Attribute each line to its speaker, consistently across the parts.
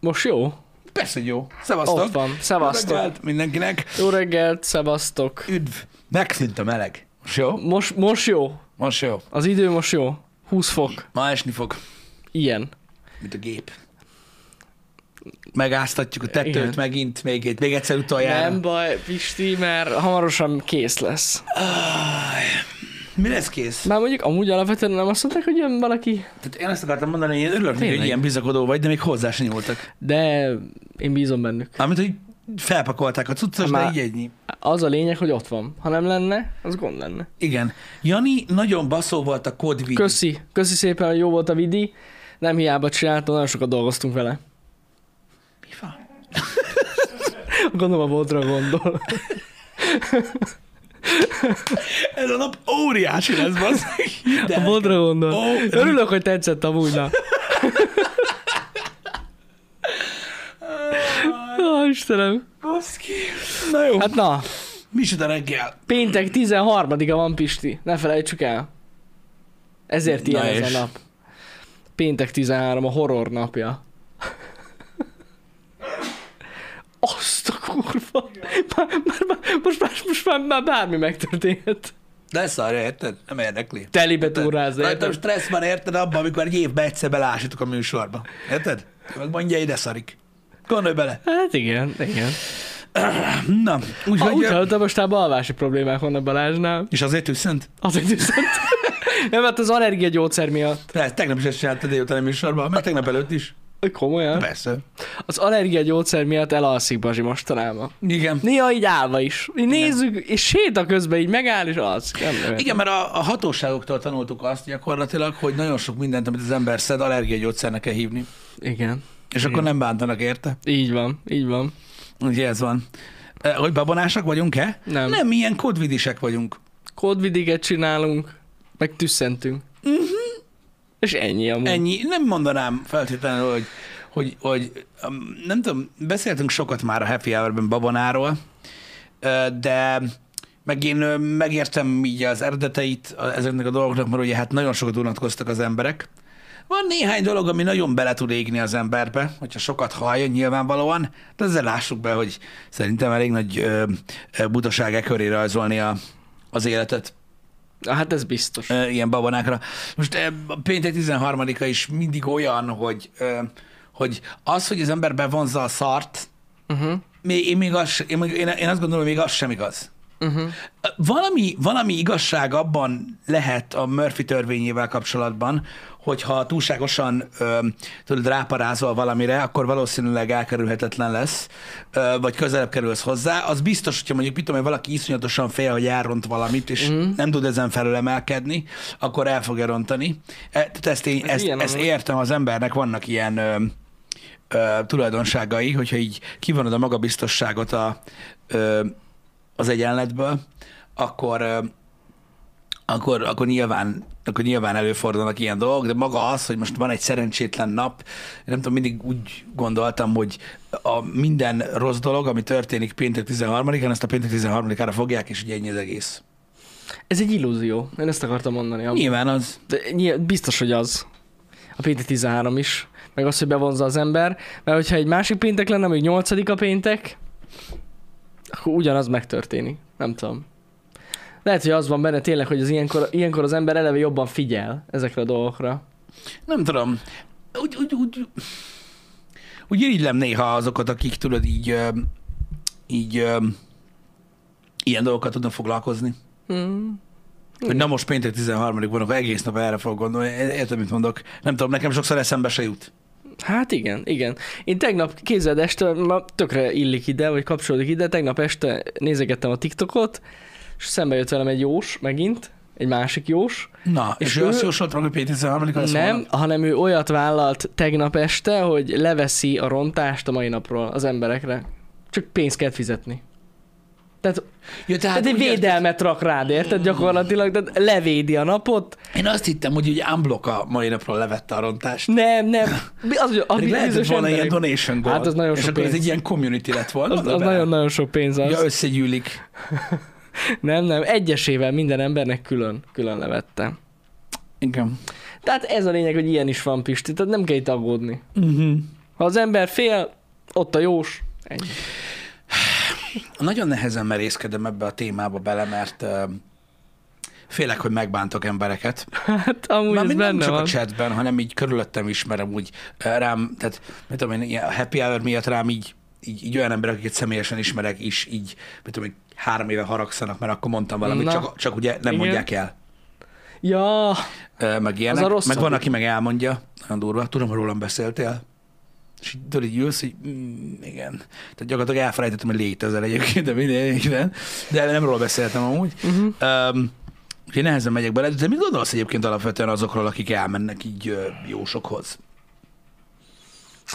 Speaker 1: Most jó?
Speaker 2: Persze, hogy jó.
Speaker 1: Ott
Speaker 2: Szevasztok.
Speaker 1: van.
Speaker 2: Jó
Speaker 1: Szevasztok.
Speaker 2: reggelt mindenkinek.
Speaker 1: Jó reggelt, szevasztok.
Speaker 2: Üdv. Megszűnt a meleg. Most jó?
Speaker 1: Most, most jó.
Speaker 2: Most jó.
Speaker 1: Az idő most jó. 20 fok.
Speaker 2: Ma esni fog,
Speaker 1: Ilyen.
Speaker 2: mint a gép. Megáztatjuk a tetőt
Speaker 1: Igen.
Speaker 2: megint, még, egy- még egyszer utoljára.
Speaker 1: Nem baj, Pisti, mert hamarosan kész lesz.
Speaker 2: Mi lesz kész?
Speaker 1: Már mondjuk amúgy alapvetően nem azt mondták, hogy jön valaki,
Speaker 2: Tehát én ezt akartam mondani, hogy én örülök, neki, hogy
Speaker 1: Tényleg.
Speaker 2: ilyen bizakodó vagy, de még hozzá sem nyúltak.
Speaker 1: de én bízom bennük.
Speaker 2: Amit, hogy felpakolták a cuccos, de
Speaker 1: Már-
Speaker 2: így ennyi.
Speaker 1: Az a lényeg, hogy ott van. Ha nem lenne, az gond lenne.
Speaker 2: Igen. Jani nagyon baszó volt a kodvid.
Speaker 1: Köszi, köszi szépen, hogy jó volt a vidi. Nem hiába csináltam, nagyon sokat dolgoztunk vele.
Speaker 2: Mi van?
Speaker 1: Gondolom a vodra gondol.
Speaker 2: Ez a nap óriási lesz, bassz.
Speaker 1: A vodra gondol.
Speaker 2: Ó,
Speaker 1: Örülök, hogy tetszett amúgy, na. Ó, Istenem.
Speaker 2: Baszki. Na jó. Hát,
Speaker 1: Hát na,
Speaker 2: micsoda reggel.
Speaker 1: péntek 13-a van Pisti, ne felejtsük el. Ezért
Speaker 2: Na
Speaker 1: ilyen ez
Speaker 2: és?
Speaker 1: a nap. Péntek 13 a horror napja. Azt a kurva! Már, már, már, most, már, most már, már bármi megtörténhet.
Speaker 2: De szarja, érted? Nem érdekli.
Speaker 1: Telibe
Speaker 2: Rajtam
Speaker 1: túráz, érted?
Speaker 2: stressz van, érted, abban, amikor egy évben egyszer belásítok a műsorba. Érted? Meg mondja, ide szarik. Gondolj bele.
Speaker 1: Hát igen, igen.
Speaker 2: Na,
Speaker 1: Ha, Ah, úgy
Speaker 2: úgyhogy...
Speaker 1: hallottam, most már alvási problémák vannak Balázsnál.
Speaker 2: és azért tűzszent?
Speaker 1: Azért viszont... Nem, hát az allergiagyógyszer miatt.
Speaker 2: Persze, tegnap is ezt csináltad délután a műsorban, meg tegnap előtt is.
Speaker 1: Komolyan?
Speaker 2: Persze.
Speaker 1: Az allergiagyógyszer miatt elalszik Bazsi mostanában.
Speaker 2: Igen.
Speaker 1: Néha így állva is. Így nézzük, és séta közben így megáll, és alszik. Nem, nem.
Speaker 2: Igen, mert a, a hatóságoktól tanultuk azt gyakorlatilag, hogy nagyon sok mindent, amit az ember szed, allergiagyógyszernek kell hívni.
Speaker 1: Igen.
Speaker 2: És akkor nem bántanak érte.
Speaker 1: Így van, így van.
Speaker 2: Ugye ez van. E, Hogy babonásak vagyunk-e?
Speaker 1: Nem.
Speaker 2: Nem, ilyen kodvidisek vagyunk.
Speaker 1: Kódvidiget csinálunk, meg tüsszentünk. Uh-huh. És ennyi amúgy. Ennyi.
Speaker 2: Ennyi. Nem mondanám feltétlenül, hogy, hogy, hogy um, nem tudom, beszéltünk sokat már a Happy Hour-ben babonáról, ö, de meg én ö, megértem így az eredeteit a- ezeknek a dolgoknak, mert ugye hát nagyon sokat unatkoztak az emberek. Van néhány dolog, ami nagyon bele tud égni az emberbe, hogyha sokat hallja nyilvánvalóan, de ezzel lássuk be, hogy szerintem elég nagy ö, ö, butaság e köré rajzolni a, az életet
Speaker 1: Hát ez biztos.
Speaker 2: ö, ilyen babonákra. Most ö, a péntek 13-a is mindig olyan, hogy, ö, hogy az, hogy az ember bevonza a szart,
Speaker 1: Uh-huh.
Speaker 2: még, én, még az, én, még- én, én azt gondolom, hogy még az sem igaz.
Speaker 1: Uh-huh.
Speaker 2: Ö, Valami, valami igazság abban lehet a Murphy törvényével kapcsolatban, hogyha túlságosan ö, tudod, ráparázol valamire, akkor valószínűleg elkerülhetetlen lesz, ö, vagy közelebb kerülsz hozzá. Az biztos, hogyha mondjuk, mit tudom, én, valaki iszonyatosan fél, hogy elront valamit, és
Speaker 1: Mhm.
Speaker 2: mm. nem tud ezen felül emelkedni, akkor el fogja rontani. E, Tehát ezt, én,
Speaker 1: Ez
Speaker 2: ezt,
Speaker 1: ilyen,
Speaker 2: ezt
Speaker 1: amúgy.
Speaker 2: értem, az embernek vannak ilyen... Ö, ö, tulajdonságai, hogyha így kivonod a magabiztosságot a, ö, az egyenletből, akkor, ö, akkor, akkor, nyilván, akkor nyilván előfordulnak ilyen dolgok, de maga az, hogy most van egy szerencsétlen nap, én nem tudom, mindig úgy gondoltam, hogy a minden rossz dolog, ami történik péntek 13-án, ezt a péntek 13-ára fogják, és ugye ennyi az egész.
Speaker 1: Ez egy illúzió. Én ezt akartam mondani. amúgy.
Speaker 2: Nyilván az,
Speaker 1: De nyilv- biztos, hogy az. A péntek 13 is. Meg az, hogy bevonza az ember. Mert hogyha egy másik péntek lenne, még 8 a péntek, akkor ugyanaz megtörténik. Nem tudom. Lehet, hogy az van benne tényleg, hogy az ilyenkor, ilyenkor az ember eleve jobban figyel ezekre a dolgokra.
Speaker 2: Nem tudom. Úgy, úgy, úgy, úgy irigylem néha azokat, akik tudod így, ö, így ö, ilyen dolgokat tudnak foglalkozni.
Speaker 1: Mm.
Speaker 2: Hogy na most péntek 13 van, akkor egész nap erre fog gondolni. Értem, mit mondok. Nem tudom, nekem sokszor eszembe se jut.
Speaker 1: Hát igen, igen. Én tegnap, képzeld este, ma tökre illik ide, vagy kapcsolódik ide, tegnap este nézegettem a TikTokot, és szembe jött velem egy jós megint, egy másik jós,
Speaker 2: Na, és,
Speaker 1: És
Speaker 2: és ő,
Speaker 1: ő-
Speaker 2: azt jósolt meg, hogy péntek 13 lesz
Speaker 1: Nem,
Speaker 2: holnap?
Speaker 1: hanem ő olyat vállalt tegnap este, hogy leveszi a rontást a mai napról az emberekre. Csak pénzt kell fizetni. Tehát,
Speaker 2: Ja, tehát
Speaker 1: tehát egy
Speaker 2: úgy értem.
Speaker 1: védelmet rak rád, érted gyakorlatilag? Tehát levédi a napot.
Speaker 2: Én azt hittem, hogy ugye unblock a mai napról levette a rontást.
Speaker 1: Nem, nem. Mi Az, hogy a
Speaker 2: Pedig lehetett
Speaker 1: bizonyos
Speaker 2: volna ilyen
Speaker 1: emberek-
Speaker 2: donation goal.
Speaker 1: Hát az nagyon
Speaker 2: és
Speaker 1: sok
Speaker 2: akkor ez
Speaker 1: pénz.
Speaker 2: egy ilyen community lett volna.
Speaker 1: az,
Speaker 2: de
Speaker 1: az
Speaker 2: bele.
Speaker 1: nagyon-nagyon sok pénz az.
Speaker 2: Ja, összegyűlik.
Speaker 1: Nem, nem. Egyesével minden embernek külön, külön levette.
Speaker 2: Igen.
Speaker 1: Tehát ez a lényeg, hogy ilyen is van, Pisti. Tehát nem kell itt aggódni.
Speaker 2: Uh-huh.
Speaker 1: Ha az ember fél, ott a jós. Ennyi.
Speaker 2: Nagyon nehezen merészkedem ebbe a témába bele, mert ö, félek, hogy megbántok embereket.
Speaker 1: Hát amúgy ez
Speaker 2: Mármint nem
Speaker 1: benne
Speaker 2: csak
Speaker 1: van.
Speaker 2: a chatben, hanem így körülöttem ismerem úgy ö, rám, tehát mit tudom én, ilyen a happy hour miatt rám így, így, így olyan emberek, akiket személyesen ismerek is, így, mit tudom én, három éve haragszanak, mert akkor mondtam valamit,
Speaker 1: Na.
Speaker 2: csak, csak ugye nem
Speaker 1: Igen.
Speaker 2: mondják el.
Speaker 1: Ja,
Speaker 2: Ö, Meg ilyenek.
Speaker 1: a rosszabb.
Speaker 2: meg van, aki meg elmondja, nagyon durva, tudom, hogy rólam beszéltél. És így tudod, így ülsz, hogy mm, igen. Tehát gyakorlatilag elfelejtettem, hogy létezel egyébként, de minden, igen. De nem róla beszéltem amúgy.
Speaker 1: uh-huh.
Speaker 2: Um, Úgyhogy nehezen megyek bele, de mit gondolsz egyébként alapvetően azokról, akik elmennek így ö, jósokhoz?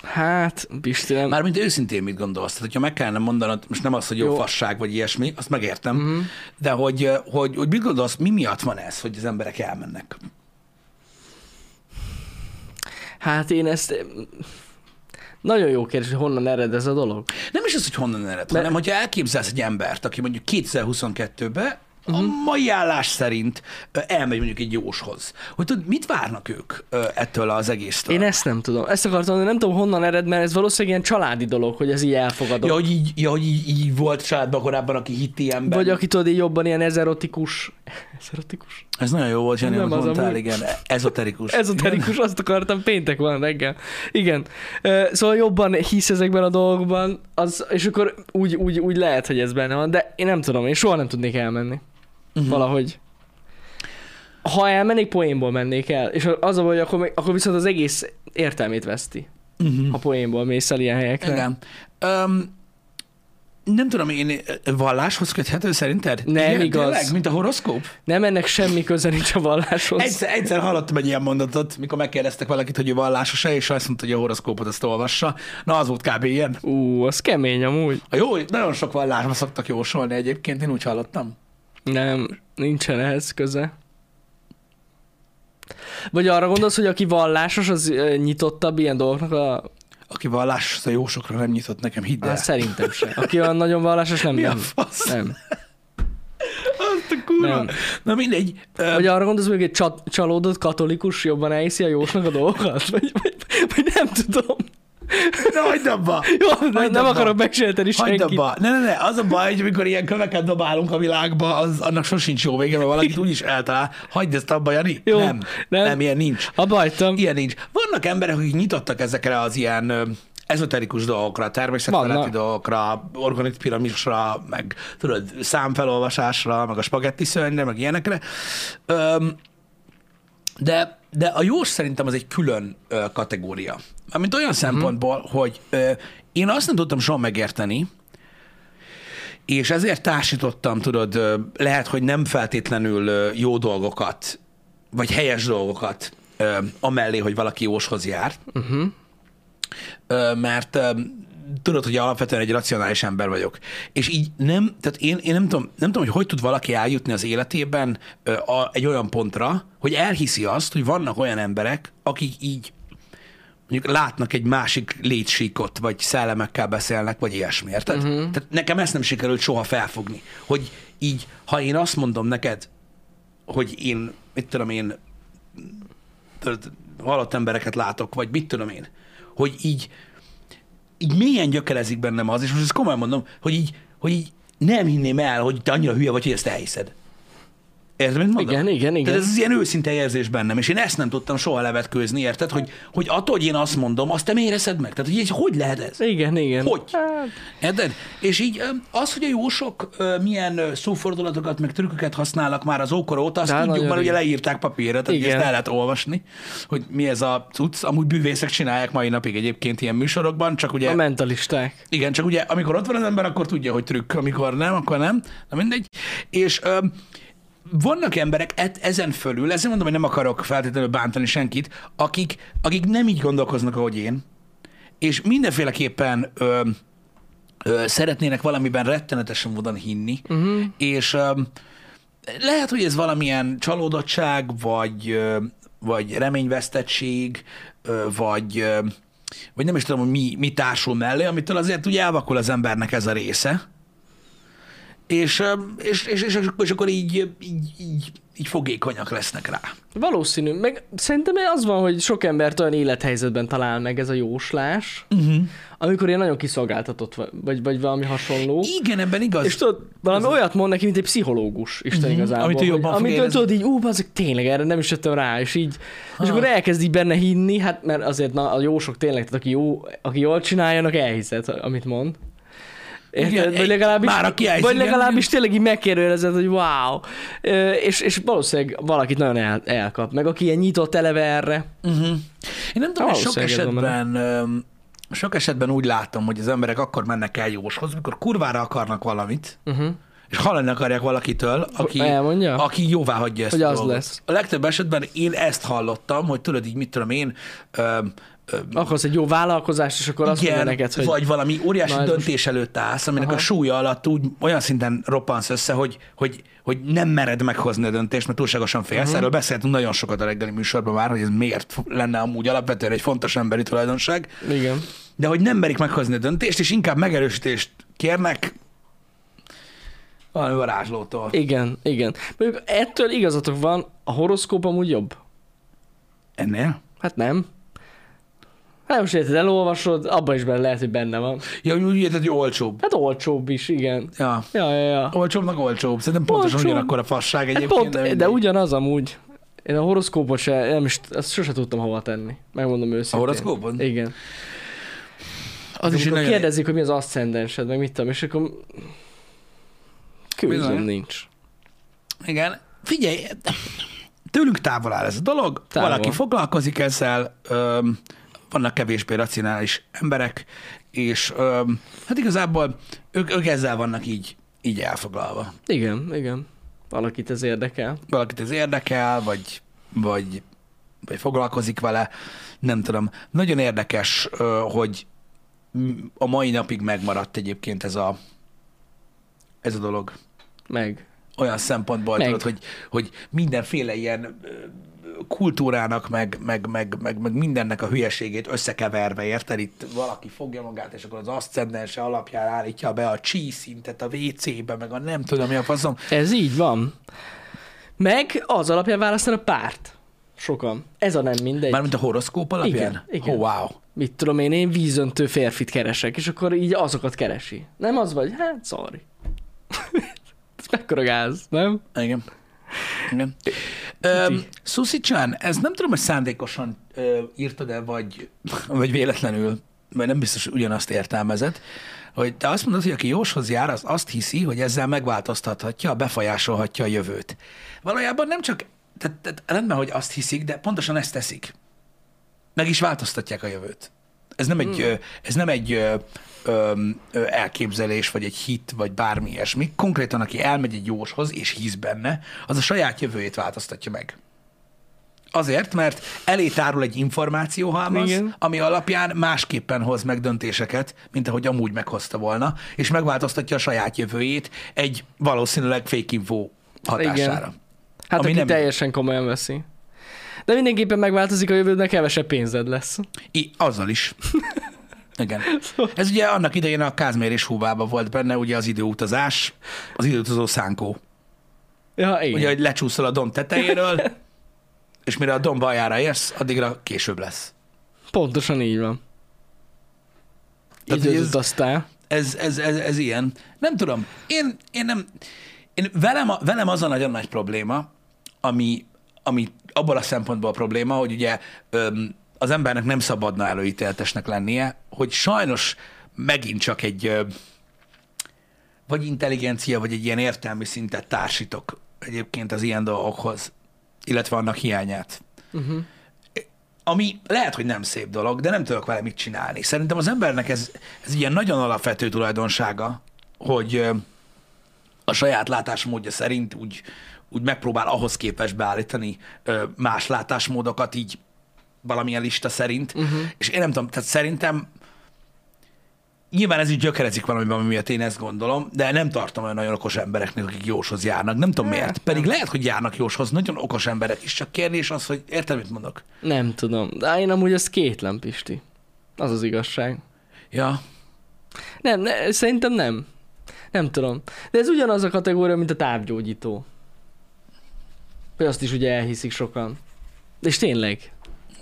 Speaker 1: hát Pisti nem. Már...
Speaker 2: Mármint őszintén mit gondolsz? Tehát, hogyha meg kellene mondanod, most nem az, hogy jó,
Speaker 1: Jó. Mhm.
Speaker 2: jó. fasság vagy ilyesmi, azt megértem, mm-hmm. de hogy, ö, hogy, hogy mit gondolsz, mi miatt van ez, hogy az emberek elmennek?
Speaker 1: Hát én ezt... Nagyon jó kérdés, hogy honnan ered ez a dolog.
Speaker 2: Nem is az, hogy honnan ered,
Speaker 1: Mert-
Speaker 2: hanem hogyha elképzelsz egy embert, aki mondjuk 2022-ben a
Speaker 1: Mhm.
Speaker 2: mai állás szerint ö, elmegy mondjuk egy jóshoz, hogy tudod, mit várnak ők ö, ettől az egésztől?
Speaker 1: Én ezt nem tudom. Ezt akartam mondani, nem tudom honnan ered, mert ez valószínűleg ilyen családi dolog, hogy ez így elfogadott.
Speaker 2: Ja, hogy így, ja, hogy így, így volt családban korábban, aki hitt ilyenben.
Speaker 1: Vagy aki tudod, így jobban ilyen ezerotikus. Ezerotikus?
Speaker 2: Ez nagyon jó volt, Jani,
Speaker 1: Nem
Speaker 2: amit
Speaker 1: az,
Speaker 2: mondtál,
Speaker 1: ami-
Speaker 2: igen, ezoterikus.
Speaker 1: Ezoterikus, azt akartam, péntek van reggel. Igen. Ö, Szóval jobban hisz ezekben a dolgokban, az, és akkor úgy, úgy, úgy lehet, hogy ez benne van, de én nem tudom, én soha nem tudnék elmenni.
Speaker 2: Mhm.
Speaker 1: Uh-huh. Valahogy. Ha elmennék, poénból mennék el, és az a baj, akkor, meg- akkor viszont az egész értelmét veszti,
Speaker 2: Uh-huh.
Speaker 1: ha poénból mész el ilyen helyekre.
Speaker 2: Igen. Um, nem tudom, én valláshoz köthető szerinted?
Speaker 1: Nem
Speaker 2: Igen,
Speaker 1: igaz.
Speaker 2: Tényleg, mint a horoszkóp?
Speaker 1: Nem ennek semmi köze nincs a valláshoz.
Speaker 2: Egyszer, egyszer hallottam egy ilyen mondatot, mikor megkérdeztek valakit, hogy ő vallásos-e, és azt mondta, hogy a horoszkópot azt olvassa. Na, az volt kb. ilyen.
Speaker 1: Ú, az kemény amúgy.
Speaker 2: A jó, nagyon sok vallásban szoktak jósolni egyébként, én úgy hallottam.
Speaker 1: Nem, nincsen ehhez köze. Vagy arra gondolsz, hogy aki vallásos, az ö, nyitottabb ilyen dolgoknak a...
Speaker 2: Aki vallásos, az a jósokra nem nyitott nekem, hidd
Speaker 1: De.
Speaker 2: el.
Speaker 1: Hát szerintem sem. Aki olyan nagyon vallásos, nem.
Speaker 2: Mi a
Speaker 1: nem.
Speaker 2: fasz?
Speaker 1: nem.
Speaker 2: Azt a kurva.
Speaker 1: Nem.
Speaker 2: Na mindegy. Ö,
Speaker 1: Vagy arra gondolsz, hogy egy csat- csalódott katolikus jobban elhiszi a jósnak a dolgokat? Vagy, vagy, vagy nem tudom.
Speaker 2: de hagyd abba.
Speaker 1: Jó, nem,
Speaker 2: Hagyd
Speaker 1: nem
Speaker 2: abba.
Speaker 1: akarok megsérteni
Speaker 2: Hagyd
Speaker 1: senkit.
Speaker 2: abba. Ne, ne, ne. Az a baj, hogy amikor ilyen köveket dobálunk a világba, az, annak sosincs jó vége, mert valakit úgyis eltalál. Hagyd ezt abba, Jani.
Speaker 1: Jó.
Speaker 2: nem,
Speaker 1: Nem.
Speaker 2: nem. Nem, ilyen nincs.
Speaker 1: Abba hagytam.
Speaker 2: Ilyen nincs. Vannak emberek, akik nyitottak ezekre az ilyen ö, ezoterikus dolgokra, természetfeletti
Speaker 1: Vannak.
Speaker 2: dolgokra, organit piramisra, meg tudod, számfelolvasásra, meg a spagetti szörnyre, meg ilyenekre. Öm, de, de a jós szerintem az egy külön ö, kategória. Mármint olyan szempontból, hogy ö, én azt nem tudtam soha megérteni, és ezért társítottam, tudod, ö, lehet, hogy nem feltétlenül ö, jó dolgokat, vagy helyes dolgokat ö, amellé, hogy valaki jóshoz jár. Uh-huh. Mert ö, tudod, hogy alapvetően egy racionális ember vagyok. És így nem, tehát én, én nem, tudom, nem tudom, hogy hogy tud valaki eljutni az életében ö, a, egy olyan pontra, hogy elhiszi azt, hogy vannak olyan emberek, akik így mondjuk látnak egy másik létsíkot, vagy szellemekkel beszélnek, vagy ilyesmi, érted?
Speaker 1: Mhm.
Speaker 2: Uh-huh. Tehát nekem ezt nem sikerült soha felfogni, hogy így, ha én azt mondom neked, hogy én, mit tudom én, tudod, halott embereket látok, vagy mit tudom én, hogy így, így mélyen gyökerezik bennem az, és most ezt komolyan mondom, hogy így, hogy így nem hinném el, hogy te annyira hülye vagy, hogy ezt elhiszed. Érted, mit mondom?
Speaker 1: Igen, igen, igen.
Speaker 2: Tehát ez az ilyen őszinte érzés bennem, és én ezt nem tudtam soha levetkőzni, érted, hogy, hogy attól, hogy én azt mondom, azt te miért eszed meg? Tehát, hogy így, hogy lehet ez?
Speaker 1: Igen, igen.
Speaker 2: Hogy?
Speaker 1: Hát,
Speaker 2: Érted? És így ö, az, hogy a jósok ö, milyen ö, szófordulatokat, meg trükköket használnak már az ókor óta, azt
Speaker 1: De hát
Speaker 2: tudjuk,
Speaker 1: nagyon
Speaker 2: mert ugye
Speaker 1: régen.
Speaker 2: leírták papírra, tehát
Speaker 1: Igen.
Speaker 2: Igen. ezt el lehet olvasni, hogy mi ez a cucc. Amúgy bűvészek csinálják mai napig egyébként ilyen műsorokban, csak ugye...
Speaker 1: a mentalisták.
Speaker 2: Igen, csak ugye amikor ott van az ember, akkor tudja, hogy trükk, amikor nem, akkor nem, na mindegy. És ö, vannak emberek et, ezen fölül, ezért mondom, hogy nem akarok feltétlenül bántani senkit, akik, akik nem így gondolkoznak, ahogy én, és mindenféleképpen ö, ö, szeretnének valamiben rettenetesen módon hinni, uh-huh. és ö, lehet, hogy ez valamilyen csalódottság, vagy, ö, vagy reményvesztettség, ö, vagy, ö, vagy nem is tudom, hogy mi, mi társul mellé, amitől azért úgy elvakul az embernek ez a része. és, ö, és, és, és, és akkor így, így, így, így fogékonyak lesznek rá.
Speaker 1: Valószínű. Meg szerintem az van, hogy sok embert olyan élethelyzetben talál meg ez a jóslás,
Speaker 2: Uh-huh.
Speaker 1: amikor én nagyon kiszolgáltatott va- vagy, vagy valami hasonló.
Speaker 2: Igen, ebben igaz.
Speaker 1: És tudod, valami olyat mond neki, mint egy pszichológus, Isten
Speaker 2: Mhm,
Speaker 1: igazából.
Speaker 2: amit ő
Speaker 1: hogy-
Speaker 2: jobban fog
Speaker 1: Amit ő
Speaker 2: érezni.
Speaker 1: tudod így, ú, azok tényleg erre nem is jöttem rá, és így. És
Speaker 2: Ha.
Speaker 1: akkor elkezd így benne hinni, hát mert azért na, a jósok tényleg, tehát aki, jó, aki jól csináljanak, elhiszed, amit mond.
Speaker 2: Igen,
Speaker 1: Érted? Vagy
Speaker 2: egy-
Speaker 1: legalábbis,
Speaker 2: már aki elhiszi,
Speaker 1: vagy
Speaker 2: igen,
Speaker 1: legalábbis tényleg így megkérdezed, hogy wow. Ö, És, és valószínűleg valakit nagyon el, elkap, meg aki ilyen nyitott eleve erre.
Speaker 2: Uh-huh. Én nem tudom, hogy sok
Speaker 1: Valószínűleg ez van
Speaker 2: esetben, öm, sok esetben úgy látom, hogy az emberek akkor mennek el jóshoz, mikor kurvára akarnak valamit,
Speaker 1: Uh-huh.
Speaker 2: és hallani akarják valakitől, aki,
Speaker 1: Elmondja?
Speaker 2: aki jóvá hagyja ezt
Speaker 1: Hogy
Speaker 2: a
Speaker 1: az
Speaker 2: dolgot.
Speaker 1: lesz.
Speaker 2: A legtöbb esetben én ezt hallottam, hogy tudod így, mit tudom én, öm, öm,
Speaker 1: Akarsz egy jó vállalkozást, és akkor azt mondja neked, hogy...
Speaker 2: Mhm. vagy valami óriási
Speaker 1: Na, ez
Speaker 2: döntés előtt állsz, aminek
Speaker 1: Aha.
Speaker 2: a súlya alatt úgy olyan szinten roppansz össze, hogy, hogy, hogy nem mered meghozni a döntést, mert túlságosan félsz.
Speaker 1: Mhm.
Speaker 2: Uh-huh. Erről beszéltünk nagyon sokat a reggeli műsorban már, hogy ez miért lenne amúgy alapvetően egy fontos emberi tulajdonság,
Speaker 1: Igen.
Speaker 2: de hogy nem merik meghozni a döntést, és inkább megerősítést kérnek valami varázslótól.
Speaker 1: Igen, igen. Mondjuk ettől igazatok van, a horoszkóp amúgy jobb.
Speaker 2: Ennél?
Speaker 1: Hát nem. Hát most érted, elolvasod, abban is benne lehet, hogy benne van.
Speaker 2: Ja, úgy úgy érted, hogy olcsóbb.
Speaker 1: Hát olcsóbb is, igen.
Speaker 2: Ja.
Speaker 1: Ja, ja, ja.
Speaker 2: Olcsóbbnak olcsóbb. Szerintem pontosan
Speaker 1: Olcsóbb.
Speaker 2: olcsóbb. ugyanakkor a fasság
Speaker 1: Hát
Speaker 2: egyébként.
Speaker 1: pont, de,
Speaker 2: mindegy.
Speaker 1: de ugyanaz amúgy. Én a horoszkópot se, nem is, azt sose tudtam hova tenni. Megmondom
Speaker 2: A
Speaker 1: őszintén.
Speaker 2: horoszkópon?
Speaker 1: Igen.
Speaker 2: Az is egy
Speaker 1: Amikor
Speaker 2: nagyon...
Speaker 1: kérdezik, hogy mi az asszendensed, meg mit tudom, és akkor... Különbözőm
Speaker 2: Bizony.
Speaker 1: nincs.
Speaker 2: Igen. Figyelj, tőlünk távol áll ez a dolog,
Speaker 1: Távol.
Speaker 2: távol. valaki foglalkozik ezzel, öm, vannak kevésbé racionális emberek, és öm, hát igazából ők, ők ezzel vannak így, így elfoglalva.
Speaker 1: Igen, igen. Valakit ez érdekel.
Speaker 2: Valakit ez érdekel, vagy, vagy, vagy foglalkozik vele, nem tudom. Nagyon érdekes, ö, hogy m- a mai napig megmaradt egyébként ez a, ez a dolog.
Speaker 1: Meg.
Speaker 2: olyan szempontból,
Speaker 1: Meg.
Speaker 2: tudod, hogy, hogy mindenféle ilyen ö, kultúrának, meg, meg, meg, meg, meg mindennek a hülyeségét összekeverve, érted? Itt valaki fogja magát, és akkor az aszcendense alapján állítja be a chi szintet a WC-be, meg a nem tudom mi a faszom.
Speaker 1: Ez így van. Meg az alapján választanak párt. Sokan. Ez a nem mindegy.
Speaker 2: Mármint a horoszkóp alapján?
Speaker 1: Igen, igen.
Speaker 2: Oh, wow.
Speaker 1: Mit tudom én, én vízöntő férfit keresek, és akkor így azokat keresi. Nem az vagy? Hát, sorry. ez mekkora gáz, nem?
Speaker 2: Igen. Igen.
Speaker 1: Tuti.
Speaker 2: Öm, Susi Chan, ez nem tudom, hogy szándékosan ö, írtad el, vagy, vagy véletlenül, mert nem biztos, hogy ugyanazt értelmezett, hogy te azt mondod, hogy aki jóshoz jár, az azt hiszi, hogy ezzel megváltoztathatja, befolyásolhatja a jövőt. Valójában nem csak, tehát, tehát rendben, hogy azt hiszik, de pontosan ezt teszik. Meg is változtatják a jövőt. Ez nem egy, ö, ez nem egy ö, ö, ö, elképzelés, vagy egy hit, vagy bármi ilyesmi. Konkrétan, aki elmegy egy jóshoz, és hisz benne, az a saját jövőjét változtatja meg. Azért, mert elé tárul egy információhalmaz,
Speaker 1: Igen.
Speaker 2: Igen. ami alapján másképpen hoz meg döntéseket, mint ahogy amúgy meghozta volna, és megváltoztatja a saját jövőjét egy valószínűleg fake info hatására.
Speaker 1: Hát
Speaker 2: Ami
Speaker 1: aki
Speaker 2: nem-
Speaker 1: teljesen komolyan veszi. De mindenképpen megváltozik a jövőd, mert kevesebb pénzed lesz.
Speaker 2: I, azzal is. Szóval- Igen. Ez ugye annak idején a Kázmér és Húvában volt benne, ugye az időutazás, az időutazó szánkó.
Speaker 1: Ja, igen.
Speaker 2: Ugye, hogy lecsúszol a domb tetejéről, és mire a domb aljára érsz, addigra később lesz.
Speaker 1: Pontosan így van.
Speaker 2: Tehát,
Speaker 1: így
Speaker 2: hogy
Speaker 1: ez...
Speaker 2: ez-
Speaker 1: utaztál.
Speaker 2: Ez, ez, ez, ez ilyen. Nem tudom. Én, én nem... Én velem, a, velem az a nagyon nagy probléma, ami, ami abból a szempontból a probléma, hogy ugye öm, az embernek nem szabadna előítéletesnek lennie, hogy sajnos megint csak egy ö, vagy intelligencia, vagy egy ilyen értelmi szintet társítok egyébként az ilyen dolgokhoz, illetve annak hiányát
Speaker 1: Uh-huh.
Speaker 2: ami lehet, hogy nem szép dolog, de nem tudok vele mit csinálni. Szerintem az embernek ez, ez ilyen nagyon alapvető tulajdonsága, hogy ö, a saját látásmódja szerint úgy, úgy megpróbál ahhoz képest beállítani ö, más látásmódokat így valamilyen lista szerint,
Speaker 1: Mhm.
Speaker 2: uh-huh. és én nem tudom, tehát szerintem nyilván ez így gyökerezik valamiben, ami miatt én ezt gondolom, de nem tartom olyan nagyon okos embereknek, akik jóshoz járnak. Nem tudom miért. Pedig lehet, hogy járnak jóshoz, nagyon okos emberek is, csak kérdés az, hogy érted, mit mondok?
Speaker 1: Nem tudom. De én amúgy ezt kétlem, Pisti. Az az igazság.
Speaker 2: Ja.
Speaker 1: Nem, ne, szerintem nem. Nem tudom. De ez ugyanaz a kategória, mint a távgyógyító. Vagy azt is ugye elhiszik sokan. De és tényleg.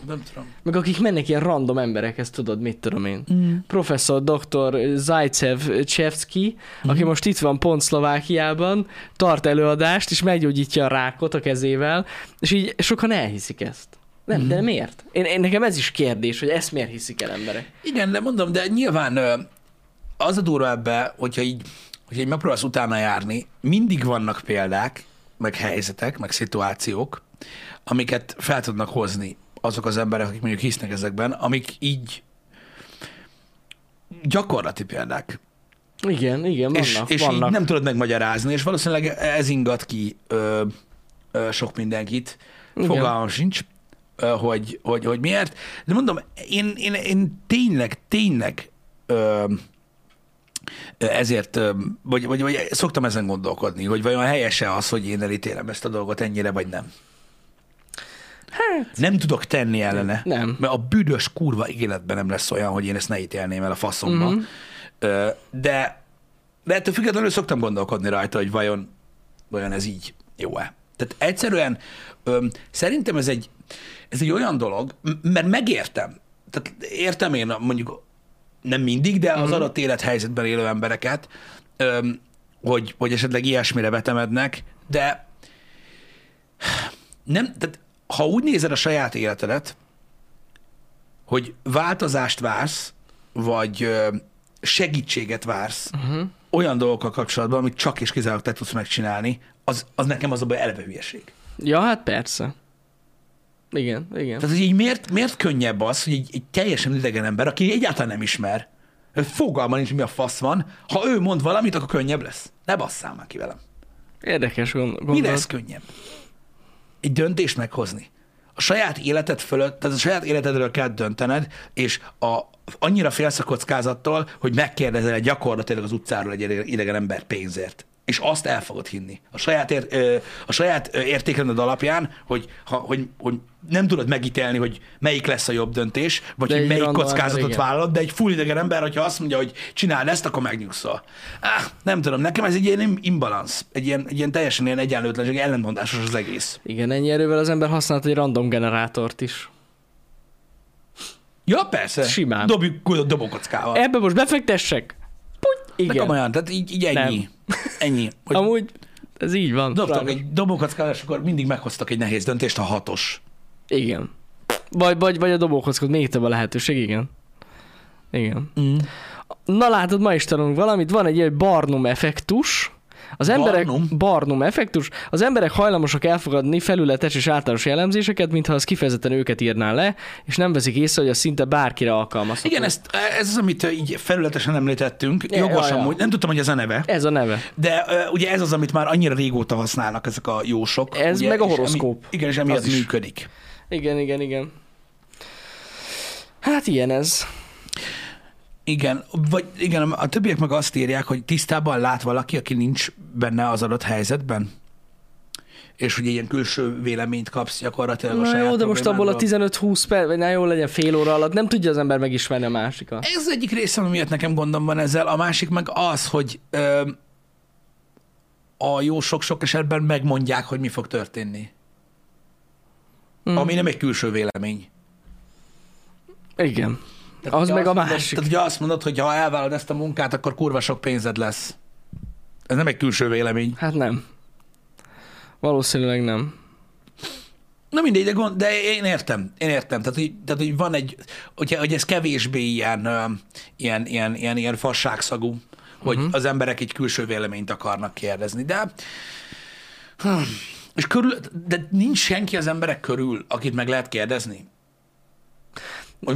Speaker 2: Nem tudom.
Speaker 1: Meg akik mennek ilyen random emberekhez, tudod, mit tudom én.
Speaker 2: Mm.
Speaker 1: Professzor dr. Zajcev Csevszki,
Speaker 2: Mm.
Speaker 1: mm-hmm. aki most itt van pont Szlovákiában, tart előadást, és meggyógyítja a rákot a kezével, és így sokan elhiszik ezt. Nem, mm. de miért? Én, én, nekem ez is kérdés, hogy ezt miért hiszik el emberek.
Speaker 2: Igen, de mondom, de nyilván ö, az a durva ebbe, hogyha így, hogyha így megpróbálsz utána járni, mindig vannak példák, meg helyzetek, meg szituációk, amiket fel tudnak hozni azok az emberek, akik mondjuk hisznek ezekben, amik így gyakorlati példák.
Speaker 1: Igen, igen, vannak,
Speaker 2: és, és
Speaker 1: vannak.
Speaker 2: így nem tudod megmagyarázni, és valószínűleg ez ingat ki ö, ö, sok mindenkit.
Speaker 1: Igen.
Speaker 2: Fogalmam sincs, ö, hogy, hogy, hogy miért. De mondom, én, én, én tényleg, tényleg ö, ö, ezért, ö, vagy, vagy, vagy szoktam ezen gondolkodni, hogy vajon helyese az, hogy én elítélem ezt a dolgot ennyire, vagy nem.
Speaker 1: Hát,
Speaker 2: Nem tudok tenni ellene.
Speaker 1: Nem.
Speaker 2: Mert a büdös kurva életben nem lesz olyan, hogy én ezt ne ítélném el a faszomba.
Speaker 1: Mhm.
Speaker 2: Ö, De, de ettől függetlenül szoktam gondolkodni rajta, hogy vajon, vajon ez így jó-e. Tehát egyszerűen öm, szerintem ez egy, ez egy olyan dolog, m- mert megértem. Tehát értem én a- mondjuk nem mindig, de
Speaker 1: Mhm.
Speaker 2: az adott élethelyzetben élő embereket, öm, hogy, hogy esetleg ilyesmire betemednek, de nem, tehát ha úgy nézed a saját életedet, hogy változást vársz, vagy ö, segítséget vársz uh-huh. olyan dolgokkal kapcsolatban, amit csak és kizárólag te tudsz megcsinálni, az, az nekem az a baj eleve hülyeség.
Speaker 1: ja, hát persze. Igen, igen.
Speaker 2: Tehát, hogy így miért, miért könnyebb az, hogy egy, egy teljesen idegen ember, aki egyáltalán nem ismer, ő fogalma nincs, mi a fasz van, ha ő mond valamit, akkor könnyebb lesz. Ne basszál már ki velem.
Speaker 1: Érdekes gond-
Speaker 2: Mi
Speaker 1: gondolat.
Speaker 2: lesz könnyebb? Egy döntést meghozni. A saját életed fölött, tehát a saját életedről kell döntened, és a, annyira félsz a kockázattól, hogy megkérdezel gyakorlatilag az utcáról egy idegen ember pénzért. És azt el fogod hinni. A saját, ér, ö, a saját ö, értékrended alapján, hogy, ha, hogy, hogy nem tudod megítélni, hogy melyik lesz a jobb döntés, vagy
Speaker 1: De
Speaker 2: hogy
Speaker 1: egy
Speaker 2: melyik
Speaker 1: random
Speaker 2: kockázatot
Speaker 1: ember, igen.
Speaker 2: vállalod, de egy full idegen ember, hogyha azt mondja, hogy csináld ezt, akkor megnyugszol. Ah, nem tudom, nekem ez egy ilyen im- imbalansz, egy ilyen, egy ilyen teljesen ilyen egyenlőtlenség, ellentmondásos az egész.
Speaker 1: Igen, ennyi erővel az ember használt egy random generátort is.
Speaker 2: Ja, persze.
Speaker 1: Simán.
Speaker 2: Dobjuk a dobókockával.
Speaker 1: Ebbe most befektessek? Puty,
Speaker 2: De
Speaker 1: igen.
Speaker 2: komolyan, tehát így, így ennyi. Ennyi. Hogy
Speaker 1: Amúgy ez így van.
Speaker 2: dobtak
Speaker 1: Rá-
Speaker 2: egy dobókockával, és akkor mindig meghoztak egy nehéz döntést, a hatos.
Speaker 1: Igen. Vagy, vagy, vagy a dobókockod, még több a lehetőség, igen. Igen.
Speaker 2: Mm.
Speaker 1: Na látod, ma is tanulunk valamit, van egy ilyen barnum effektus. Az emberek,
Speaker 2: Barnum?
Speaker 1: barnum effektus. Az emberek hajlamosak elfogadni felületes és általános jellemzéseket, mintha az kifejezetten őket írná le, és nem veszik észre, hogy az szinte bárkire alkalmazható.
Speaker 2: Igen, ezt, ez az, amit így felületesen említettünk,
Speaker 1: Ja, ja,
Speaker 2: jogosan,
Speaker 1: ja.
Speaker 2: hogy nem tudtam, hogy ez a neve.
Speaker 1: Ez a neve.
Speaker 2: De ö, ugye ez az, amit már annyira régóta használnak ezek a jósok.
Speaker 1: Ez
Speaker 2: ugye,
Speaker 1: meg a
Speaker 2: és
Speaker 1: horoszkóp.
Speaker 2: Ami, igen, és emiatt
Speaker 1: Az is.
Speaker 2: működik.
Speaker 1: Igen, igen, igen. Hát ilyen ez.
Speaker 2: Igen, vagy igen, a többiek meg azt írják, hogy tisztában lát valaki, aki nincs benne az adott helyzetben, és hogy ilyen külső véleményt kapsz gyakorlatilag a
Speaker 1: Na
Speaker 2: saját
Speaker 1: jó, de most abból a
Speaker 2: problémádról.
Speaker 1: 15-20 perc, vagy na jó legyen fél óra alatt, nem tudja az ember megismerni a másikat.
Speaker 2: Ez az egyik része, ami miatt nekem gondom van ezzel, a másik meg az, hogy ö, a jó sok-sok esetben megmondják, hogy mi fog történni.
Speaker 1: Mm.
Speaker 2: Mm. Ami nem egy külső vélemény.
Speaker 1: Igen.
Speaker 2: Tehát,
Speaker 1: Az
Speaker 2: ugye
Speaker 1: meg a
Speaker 2: azt mondod-
Speaker 1: másik.
Speaker 2: Tehát ugye azt mondod, hogy ha elvállalod ezt a munkát, akkor kurva sok pénzed lesz. Ez nem egy külső vélemény.
Speaker 1: Hát nem. Valószínűleg nem.
Speaker 2: Na mindegy, de, gond, de én értem, én értem. Tehát, hogy, tehát, hogy van egy, hogy, hogy ez kevésbé ilyen, ö, ilyen, ilyen, ilyen, ilyen fasságszagú, hogy
Speaker 1: Mhm.
Speaker 2: uh-huh. az emberek egy külső véleményt akarnak kérdezni, de Hm. és körül, de nincs senki az emberek körül, akit meg lehet kérdezni? Hogy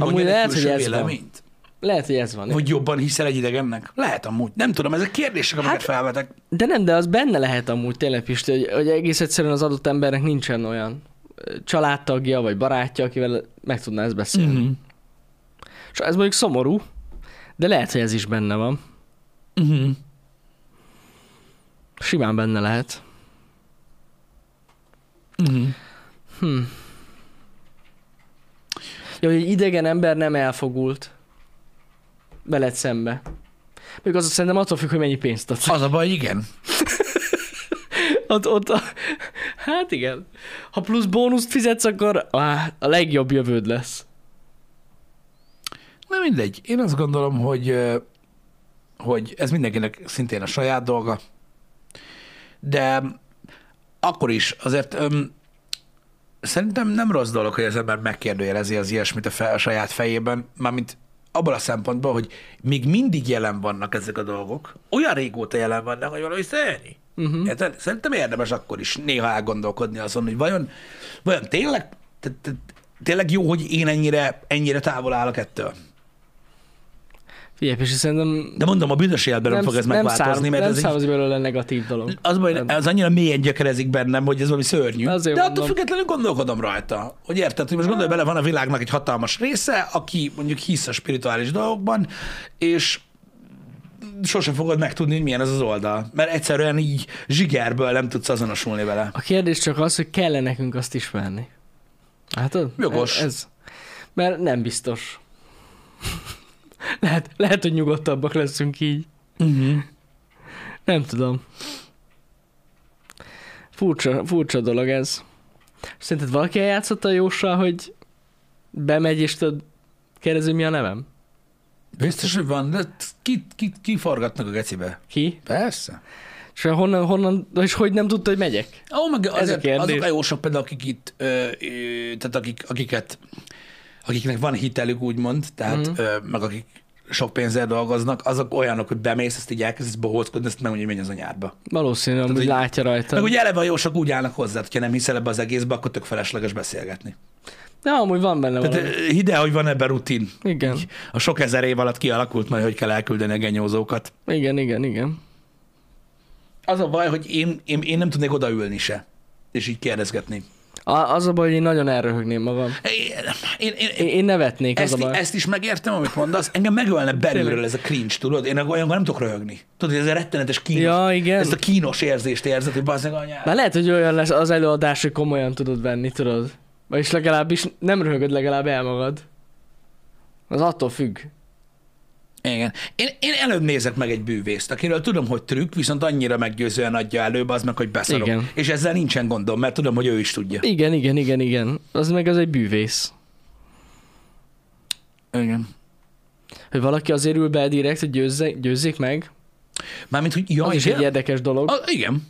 Speaker 1: Amúgy
Speaker 2: mondjon egy
Speaker 1: lehet, hogy
Speaker 2: külső
Speaker 1: ez van.
Speaker 2: véleményt?
Speaker 1: Lehet, hogy ez van.
Speaker 2: Vagy jobban hiszel egy idegennek? Lehet amúgy. Nem tudom, ezek kérdések, amiket
Speaker 1: Hát-
Speaker 2: hát, felvetek.
Speaker 1: De nem, de az benne lehet amúgy tényleg Pisti, hogy, hogy egész egyszerűen az adott embernek nincsen olyan ö, családtagja vagy barátja, akivel meg tudná ezt beszélni. Mm.
Speaker 2: Uh-huh.
Speaker 1: És ez mondjuk szomorú, de lehet, hogy ez is benne van. Mhm.
Speaker 2: Uh-huh.
Speaker 1: Simán benne lehet. Mhm.
Speaker 2: Uh-huh.
Speaker 1: Ja, hogy egy idegen ember nem elfogult veled szembe. Még az szerintem attól függ, hogy mennyi pénzt adsz.
Speaker 2: Az a baj, igen.
Speaker 1: Ott, ott a... Hát igen. Ha plusz bónuszt fizetsz, akkor á, a legjobb jövőd lesz.
Speaker 2: Na mindegy. Én azt gondolom, hogy, ö, hogy ez mindenkinek szintén a saját dolga. De akkor is azért öm, szerintem nem rossz dolog, hogy az ember megkérdőjelezi az ilyesmit a, fe, a saját fejében, mármint abban a szempontból, hogy még mindig jelen vannak ezek a dolgok, olyan régóta jelen vannak, hogy valami szörnyű. Uh-huh. Érted? Szerintem érdemes akkor is néha elgondolkodni azon, hogy vajon, vajon tényleg, te- te- tényleg jó, hogy én ennyire, ennyire távol állok ettől.
Speaker 1: Figyelj, és szerintem
Speaker 2: De mondom, a büdös életben nem, fog ez megváltozni,
Speaker 1: szárm-
Speaker 2: mert
Speaker 1: nem
Speaker 2: ez egy,
Speaker 1: származik belőle negatív dolog.
Speaker 2: az, baj, ez annyira mélyen gyökerezik bennem, hogy ez valami szörnyű.
Speaker 1: Azért
Speaker 2: De attól
Speaker 1: mondom.
Speaker 2: függetlenül gondolkodom rajta. Hogy érted, hogy most gondolj bele, van a világnak egy hatalmas része, aki mondjuk hisz a spirituális dolgokban, és sose fogod megtudni, hogy milyen ez az oldal. Mert egyszerűen így zsigerből nem tudsz azonosulni vele.
Speaker 1: A kérdés csak az, hogy kell nekünk azt ismerni. Hát tudod?
Speaker 2: Jogos.
Speaker 1: Ez, ez. Mert nem biztos. lehet, lehet, hogy nyugodtabbak leszünk így. Mhm.
Speaker 2: Uh-huh.
Speaker 1: Nem tudom. Furcsa, furcsa dolog ez. Szerinted valaki eljátszotta a jóssal, hogy bemegy és tudod kérdezi, mi a nevem?
Speaker 2: Biztos, hogy van, de ki, ki, ki forgatnak a gecibe?
Speaker 1: Ki?
Speaker 2: Persze.
Speaker 1: És honnan, honnan, és hogy nem tudta, hogy megyek?
Speaker 2: Ó, meg azért,
Speaker 1: kérdés.
Speaker 2: azok a jósok például, akik itt, ö, ö, tehát akik, akiket, akiknek van hitelük, úgymond, tehát
Speaker 1: Mhm.
Speaker 2: mm. ö, meg akik sok pénzzel dolgoznak, azok olyanok, hogy bemész, ezt így elkezdesz bohóckodni, ezt megmondja, hogy menj az anyádba.
Speaker 1: Valószínű, hogy
Speaker 2: így-
Speaker 1: látja rajta.
Speaker 2: Meg Hát, ugye eleve a jósok úgy állnak hozzá, hogyha nem hiszel ebbe az egészbe, akkor tök felesleges beszélgetni.
Speaker 1: De amúgy van benne
Speaker 2: Tehát eh,
Speaker 1: valami.
Speaker 2: ö, hidd el, hogy van ebben rutin.
Speaker 1: Igen,
Speaker 2: A sok ezer év alatt kialakult majd, hogy kell elküldeni a genyózókat.
Speaker 1: igen, igen, igen.
Speaker 2: Az a baj, hogy én, én, én nem tudnék odaülni se, és így kérdezgetni.
Speaker 1: A, az a baj, hogy én nagyon elröhögném magam.
Speaker 2: Én, én, én,
Speaker 1: Én, én nevetnék, az
Speaker 2: Ezt,
Speaker 1: a baj.
Speaker 2: ezt is megértem, amit mondasz. Engem megölne belülről
Speaker 1: Tényleg.
Speaker 2: ez a cringe, tudod? Én olyankor nem tudok röhögni. Tudod, ez a rettenetes kínos.
Speaker 1: Ja, igen.
Speaker 2: Ezt a kínos érzést érzed, hogy bazdmeg anyád.
Speaker 1: Már lehet, hogy olyan lesz az előadás, hogy komolyan tudod venni, tudod? Vagyis legalábbis nem röhögöd legalább el magad. Az attól függ.
Speaker 2: Igen. Én, én előbb nézek meg egy bűvészt, akiről tudom, hogy trükk, viszont annyira meggyőzően adja elő, az meg, hogy beszarok.
Speaker 1: Igen.
Speaker 2: És ezzel nincsen gondom, mert tudom, hogy ő is tudja.
Speaker 1: Igen, igen, igen, igen. Az meg az egy bűvész.
Speaker 2: Igen.
Speaker 1: Hogy valaki azért ül be direkt, hogy győzze, győzzék meg.
Speaker 2: Mármint, hogy jaj,
Speaker 1: Az is egy
Speaker 2: igen.
Speaker 1: érdekes dolog,
Speaker 2: A, igen.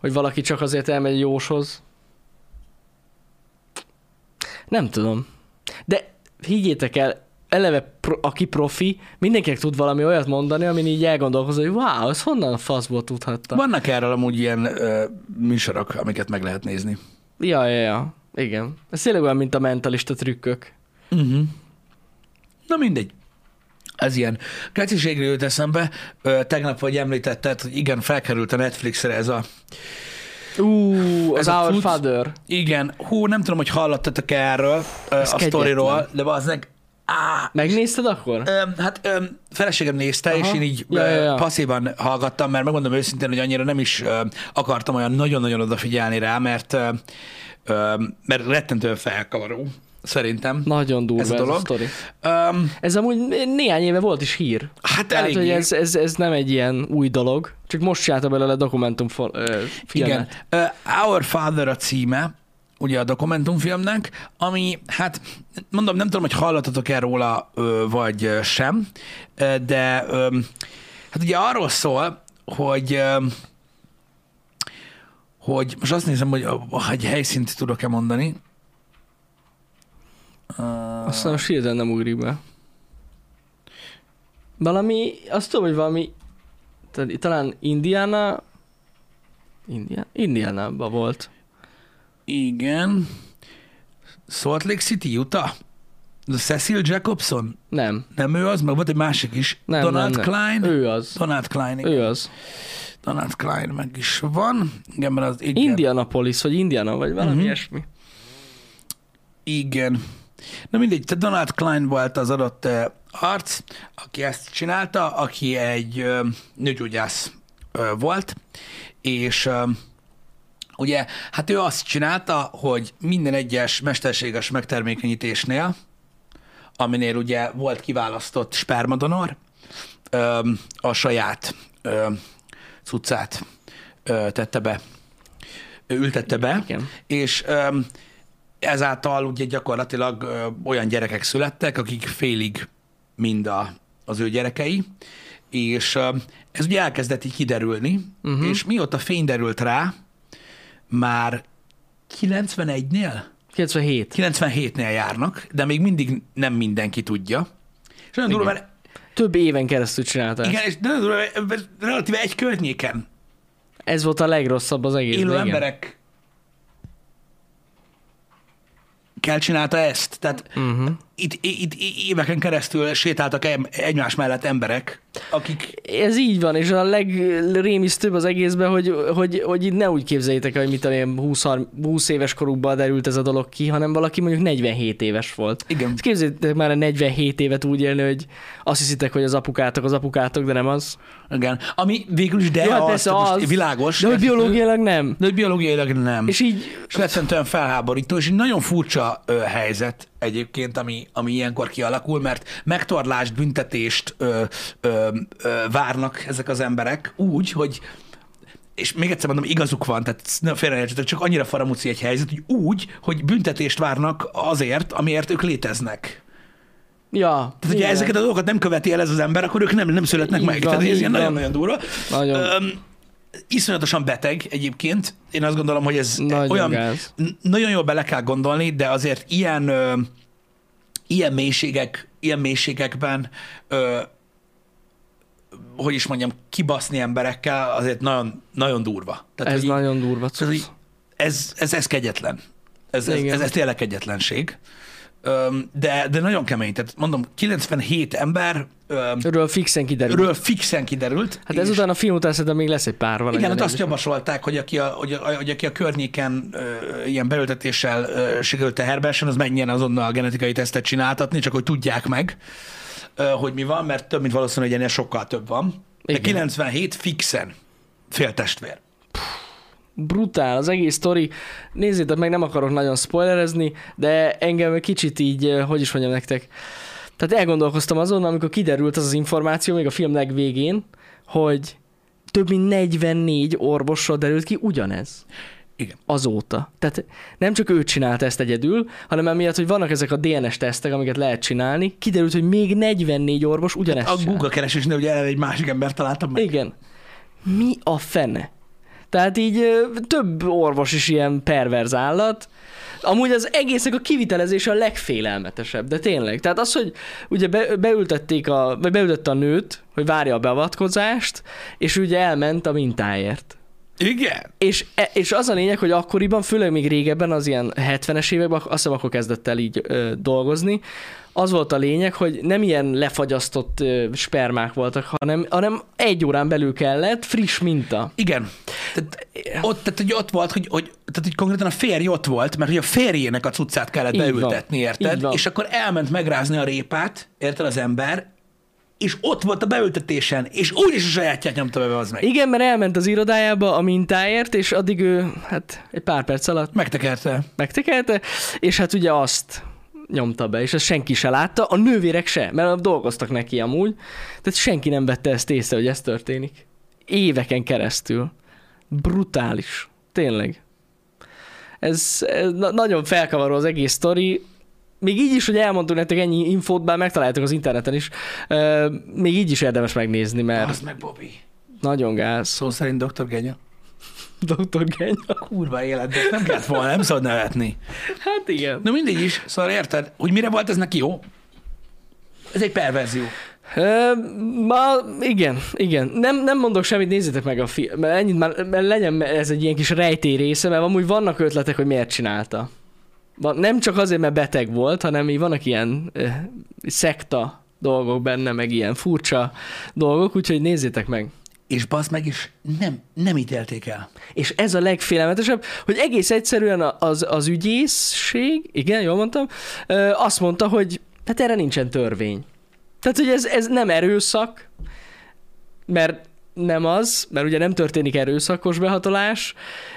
Speaker 1: hogy valaki csak azért elmegy egy jóshoz. Nem tudom. De higgyétek el, eleve pro, aki profi, mindenkinek tud valami olyat mondani, amin így elgondolkozol, hogy wow, ez honnan a faszból tudhatta.
Speaker 2: Vannak erről amúgy ilyen ö, műsorok, amiket meg lehet nézni.
Speaker 1: Ja, ja, ja. Igen. Ez tényleg olyan, mint a mentalista trükkök.
Speaker 2: Uh-huh. Na mindegy. Ez ilyen. Keciségre jut eszembe, ö, tegnap, vagy említetted, hogy igen, felkerült a Netflixre ez a...
Speaker 1: Ú, az
Speaker 2: Ez
Speaker 1: ez
Speaker 2: a
Speaker 1: Our
Speaker 2: cucc-
Speaker 1: Father.
Speaker 2: Igen, hú, nem tudom, hogy hallottatok erről ö, a
Speaker 1: kegyetlen.
Speaker 2: sztoriról, de valószínűleg... Á,
Speaker 1: Megnézted akkor?
Speaker 2: Öm, hát öm, feleségem nézte, Aha.
Speaker 1: Aha.
Speaker 2: és én így
Speaker 1: Ja,
Speaker 2: ja,
Speaker 1: ja, ja.
Speaker 2: passzívan hallgattam, mert megmondom őszintén, hogy annyira nem is öm, akartam olyan nagyon-nagyon odafigyelni rá, mert, öm, öm, mert rettentően felkavaró, szerintem.
Speaker 1: Nagyon durva ez a, dolog. ez a sztori.
Speaker 2: Öm,
Speaker 1: Ez amúgy né- néhány éve volt is hír.
Speaker 2: hát
Speaker 1: Tehát, hogy
Speaker 2: eléggé.
Speaker 1: ez, ez, ez nem egy ilyen új dolog, csak most csinálta belőle dokumentum for, ö,
Speaker 2: Igen.
Speaker 1: filmet.
Speaker 2: Ö, Our Father a címe, ugye a dokumentumfilmnek, ami, hát mondom, nem tudom, hogy hallottatok-e róla, ö, vagy ö, sem, ö, de ö, hát ugye arról szól, hogy ö, hogy most azt nézem, hogy a- a- egy helyszínt tudok-e mondani.
Speaker 1: Aztán most hirtelen nem ugrik be. Valami, azt tudom, hogy valami, tal- talán Indiana, Indiana, Indianában volt.
Speaker 2: Igen. Salt Lake City, Utah. Cecil Jacobson.
Speaker 1: Nem,
Speaker 2: Nem ő az, meg volt egy másik is.
Speaker 1: nem,
Speaker 2: Donald
Speaker 1: nem, nem.
Speaker 2: Klein.
Speaker 1: Ő az,
Speaker 2: Donald Klein, igen.
Speaker 1: ő az.
Speaker 2: Donald Klein meg is van. Igen, mert az igen.
Speaker 1: Indianapolis, vagy Indiana, vagy valami
Speaker 2: Mhm.
Speaker 1: uh-huh. ilyesmi.
Speaker 2: Igen. Na mindegy, tehát Donald Klein volt az adott uh, arc, aki ezt csinálta, aki egy uh, nőgyógyász uh, volt, és uh, ugye, hát ő azt csinálta, hogy minden egyes mesterséges megtermékenyítésnél, aminél ugye volt kiválasztott spermadonor, ö, a saját ö, cuccát ö, tette be, ö, ültette be,
Speaker 1: Igen.
Speaker 2: és ö, ezáltal ugye gyakorlatilag ö, olyan gyerekek születtek, akik félig mind a, az ő gyerekei, és ö, ez ugye elkezdett így kiderülni, uh-huh. és mióta fény derült rá, már 91-nél?
Speaker 1: 97.
Speaker 2: 97-nél járnak, de még mindig nem mindenki tudja. És nagyon durva,
Speaker 1: Igen.
Speaker 2: mert
Speaker 1: Több éven keresztül csinálták.
Speaker 2: igen, és nagyon durva, mert relatíve egy környéken
Speaker 1: Ez volt a legrosszabb az egész.
Speaker 2: élő
Speaker 1: igen.
Speaker 2: emberek kell csinálta ezt. Tehát
Speaker 1: Uh-huh.
Speaker 2: itt, itt éveken keresztül sétáltak em- egymás mellett emberek, akik
Speaker 1: Ez így van, és a legrémisztőbb az egészben, hogy, hogy, hogy itt ne úgy képzeljétek, el, hogy mit tudom én, 20, 20 éves korukban derült ez a dolog ki, hanem valaki mondjuk 47 éves volt.
Speaker 2: Igen.
Speaker 1: Ezt képzeljétek már a 47 évet úgy élni, hogy azt hiszitek, hogy az apukátok az apukátok, de nem az.
Speaker 2: igen, ami végül is de
Speaker 1: Jó, hát
Speaker 2: az,
Speaker 1: persze
Speaker 2: tehát most
Speaker 1: az,
Speaker 2: világos.
Speaker 1: De hogy
Speaker 2: tehát-
Speaker 1: biológiailag nem.
Speaker 2: de hogy biológiailag nem.
Speaker 1: És így
Speaker 2: És rettentően felháborító, és egy nagyon furcsa ö, helyzet egyébként, ami, ami ilyenkor kialakul, mert megtorlást, büntetést ö, ö, ö, várnak ezek az emberek úgy, hogy és még egyszer mondom, igazuk van, tehát ne félreértsetek, csak annyira faramúci egy helyzet, hogy úgy, hogy büntetést várnak azért, amiért ők léteznek.
Speaker 1: Ja.
Speaker 2: Tehát, hogyha
Speaker 1: igen.
Speaker 2: ezeket a dolgokat nem követi el ez az ember, akkor ők nem, nem születnek
Speaker 1: Így
Speaker 2: meg.
Speaker 1: van,
Speaker 2: Tehát ez
Speaker 1: így
Speaker 2: ilyen
Speaker 1: van.
Speaker 2: nagyon-nagyon durva.
Speaker 1: Nagyon.
Speaker 2: Öm, iszonyatosan beteg egyébként. Én azt gondolom, hogy ez
Speaker 1: Nagyon
Speaker 2: olyan...
Speaker 1: gáz.
Speaker 2: n- Nagyon jól bele kell gondolni, de azért ilyen, ö, ilyen mélységek, ilyen mélységekben ö, hogy is mondjam, kibaszni emberekkel azért nagyon, nagyon durva. Tehát,
Speaker 1: Ez
Speaker 2: hogy így-
Speaker 1: nagyon durva.
Speaker 2: tehát, hogy ez, ez, ez kegyetlen. Ez, ez,
Speaker 1: Igen.
Speaker 2: ez, ez tényleg kegyetlenség. Öm, De, de nagyon kemény. Tehát mondom, 97 ember öm,
Speaker 1: Erről fixen kiderül.
Speaker 2: ről fixen kiderült.
Speaker 1: Hát
Speaker 2: és-
Speaker 1: ezután a film után szerintem még lesz egy pár valami.
Speaker 2: igen, ott azt javasolták, hogy aki a, hogy a, hogy aki a környéken ö, ilyen beültetéssel ö, sikerült teherbe essen, az menjen azonnal a genetikai tesztet csináltatni, csak hogy tudják meg, ö, hogy mi van, mert több, mint valószínű, hogy ennél sokkal több van. De
Speaker 1: Igen.
Speaker 2: 97 fixen féltestvér.
Speaker 1: brutál az egész sztori. Nézzétek meg, nem akarok nagyon spoilerezni, de engem egy kicsit így, eh, hogy is mondjam nektek. Tehát elgondolkoztam azon, amikor kiderült az az információ még a film legvégén, hogy több mint 44 orvossal derült ki ugyanez
Speaker 2: Igen.
Speaker 1: azóta. Tehát nem csak ő csinálta ezt egyedül, hanem emiatt, hogy vannak ezek a DNS tesztek, amiket lehet csinálni, kiderült, hogy még 44 orvos ugyanezt
Speaker 2: Hát A
Speaker 1: csinál.
Speaker 2: Google keresésnél ugye el egy másik ember találtam meg.
Speaker 1: Igen. Mi a fene? Tehát így ö, több orvos is ilyen perverz állat. Amúgy az egésznek a kivitelezése a legfélelmetesebb, de tényleg. Tehát az, hogy ugye be, beültették a, vagy beültette a nőt, hogy várja a beavatkozást, és ugye elment a mintáért.
Speaker 2: Igen.
Speaker 1: És, e- és az a lényeg, hogy akkoriban, főleg még régebben, az ilyen 70-es években, azt hiszem akkor kezdett el így ö, dolgozni, az volt a lényeg, hogy nem ilyen lefagyasztott ö, spermák voltak, hanem, hanem egy órán belül kellett friss minta.
Speaker 2: Igen. Tehát, ott, tehát, hogy ott volt, hogy, hogy, tehát, hogy konkrétan a férj ott volt, mert hogy a férjének a cuccát kellett
Speaker 1: Így van.
Speaker 2: beültetni, érted?
Speaker 1: Így van.
Speaker 2: És akkor elment megrázni a répát, érted az ember, és ott volt a beültetésen, és úgyis a sajátját nyomta be az meg.
Speaker 1: Igen, mert elment az irodájába a mintáért, és addig ő, hát egy pár perc alatt
Speaker 2: Megtekerte.
Speaker 1: megtekelte, és hát ugye azt nyomta be, és ezt senki se látta, a nővérek se, mert dolgoztak neki amúgy, tehát senki nem vette ezt észre, hogy ez történik. Éveken keresztül. Brutális. Tényleg. Ez, ez na- nagyon felkavaró az egész sztori. Még így is, hogy elmondtunk nektek ennyi infót, bár megtaláltuk az interneten is, euh, még így is érdemes megnézni, mert
Speaker 2: Az meg Bobby.
Speaker 1: nagyon gáz.
Speaker 2: Szó szerint Dr. Genya.
Speaker 1: Dr. Genya.
Speaker 2: Kurva életben, nem kellett volna, nem szabad nevetni.
Speaker 1: Hát igen.
Speaker 2: Na mindegy is, szóval érted, hogy mire volt ez neki jó? Ez egy perverzió.
Speaker 1: Ö, Ma, igen, igen. Nem, nem mondok semmit, nézzétek meg a film, mert ennyit már, mert legyen ez egy ilyen kis rejtély része, mert amúgy vannak ötletek, hogy miért csinálta. Van, nem csak azért, mert beteg volt, hanem így vannak ilyen ö, szekta dolgok benne, meg ilyen furcsa dolgok, úgyhogy nézzétek meg.
Speaker 2: És basz meg is, nem, nem ítélték el.
Speaker 1: És ez a legfélelmetesebb, hogy egész egyszerűen a- az, az ügyészség, igen, jól mondtam, ö, azt mondta, hogy hát erre nincsen törvény. Tehát, hogy ez, ez nem erőszak, mert nem az, mert ugye nem történik erőszakos behatolás,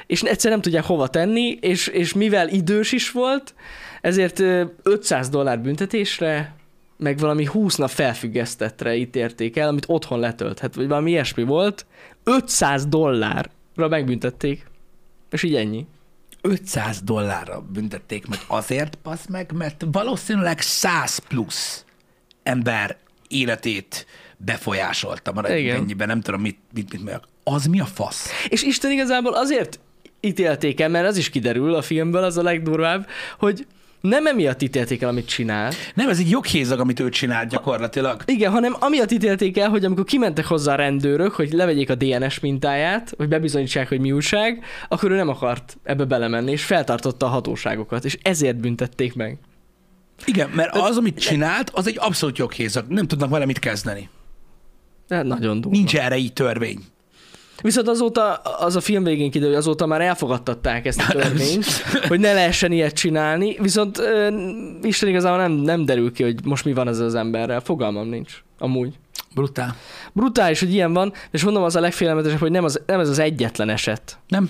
Speaker 1: és egyszer nem tudják hova tenni, és, és mivel idős is volt, ezért ö, 500 dollár büntetésre meg valami 20 nap felfüggesztetre ítérték el, amit otthon letölthet, vagy valami ilyesmi volt, 500 dollárra megbüntették. És így ennyi.
Speaker 2: 500 dollárra büntették meg azért, basz meg, mert valószínűleg 100 plusz ember életét befolyásolta, maradjunk
Speaker 1: Igen.
Speaker 2: ennyiben, nem tudom, mit, mit, mit mondjak. Az mi a fasz?
Speaker 1: És Isten igazából azért ítélték el, mert az is kiderül a filmből, az a legdurvább, hogy nem emiatt ítélték el, amit csinál,
Speaker 2: Nem, ez egy joghézag, amit ő csinált gyakorlatilag.
Speaker 1: Igen, hanem amiatt ítélték el, hogy amikor kimentek hozzá a rendőrök, hogy levegyék a DNS mintáját, hogy bebizonyítsák, hogy mi újság, akkor ő nem akart ebbe belemenni, és feltartotta a hatóságokat, és ezért büntették meg.
Speaker 2: Igen, mert az, amit csinált, az egy abszolút joghézag. Nem tudnak vele mit kezdeni.
Speaker 1: De hát nagyon durva.
Speaker 2: Nincs erre így törvény.
Speaker 1: Viszont azóta, az a film végén kiderül, hogy azóta már elfogadtatták ezt a törvényt, hogy ne lehessen ilyet csinálni, viszont ö, Isten igazából nem, nem derül ki, hogy most mi van ezzel az emberrel. Fogalmam nincs. Amúgy.
Speaker 2: Brutál.
Speaker 1: Brutális, hogy ilyen van, és mondom, az a legfélelmetesebb, hogy nem, az, nem ez az egyetlen eset.
Speaker 2: Nem?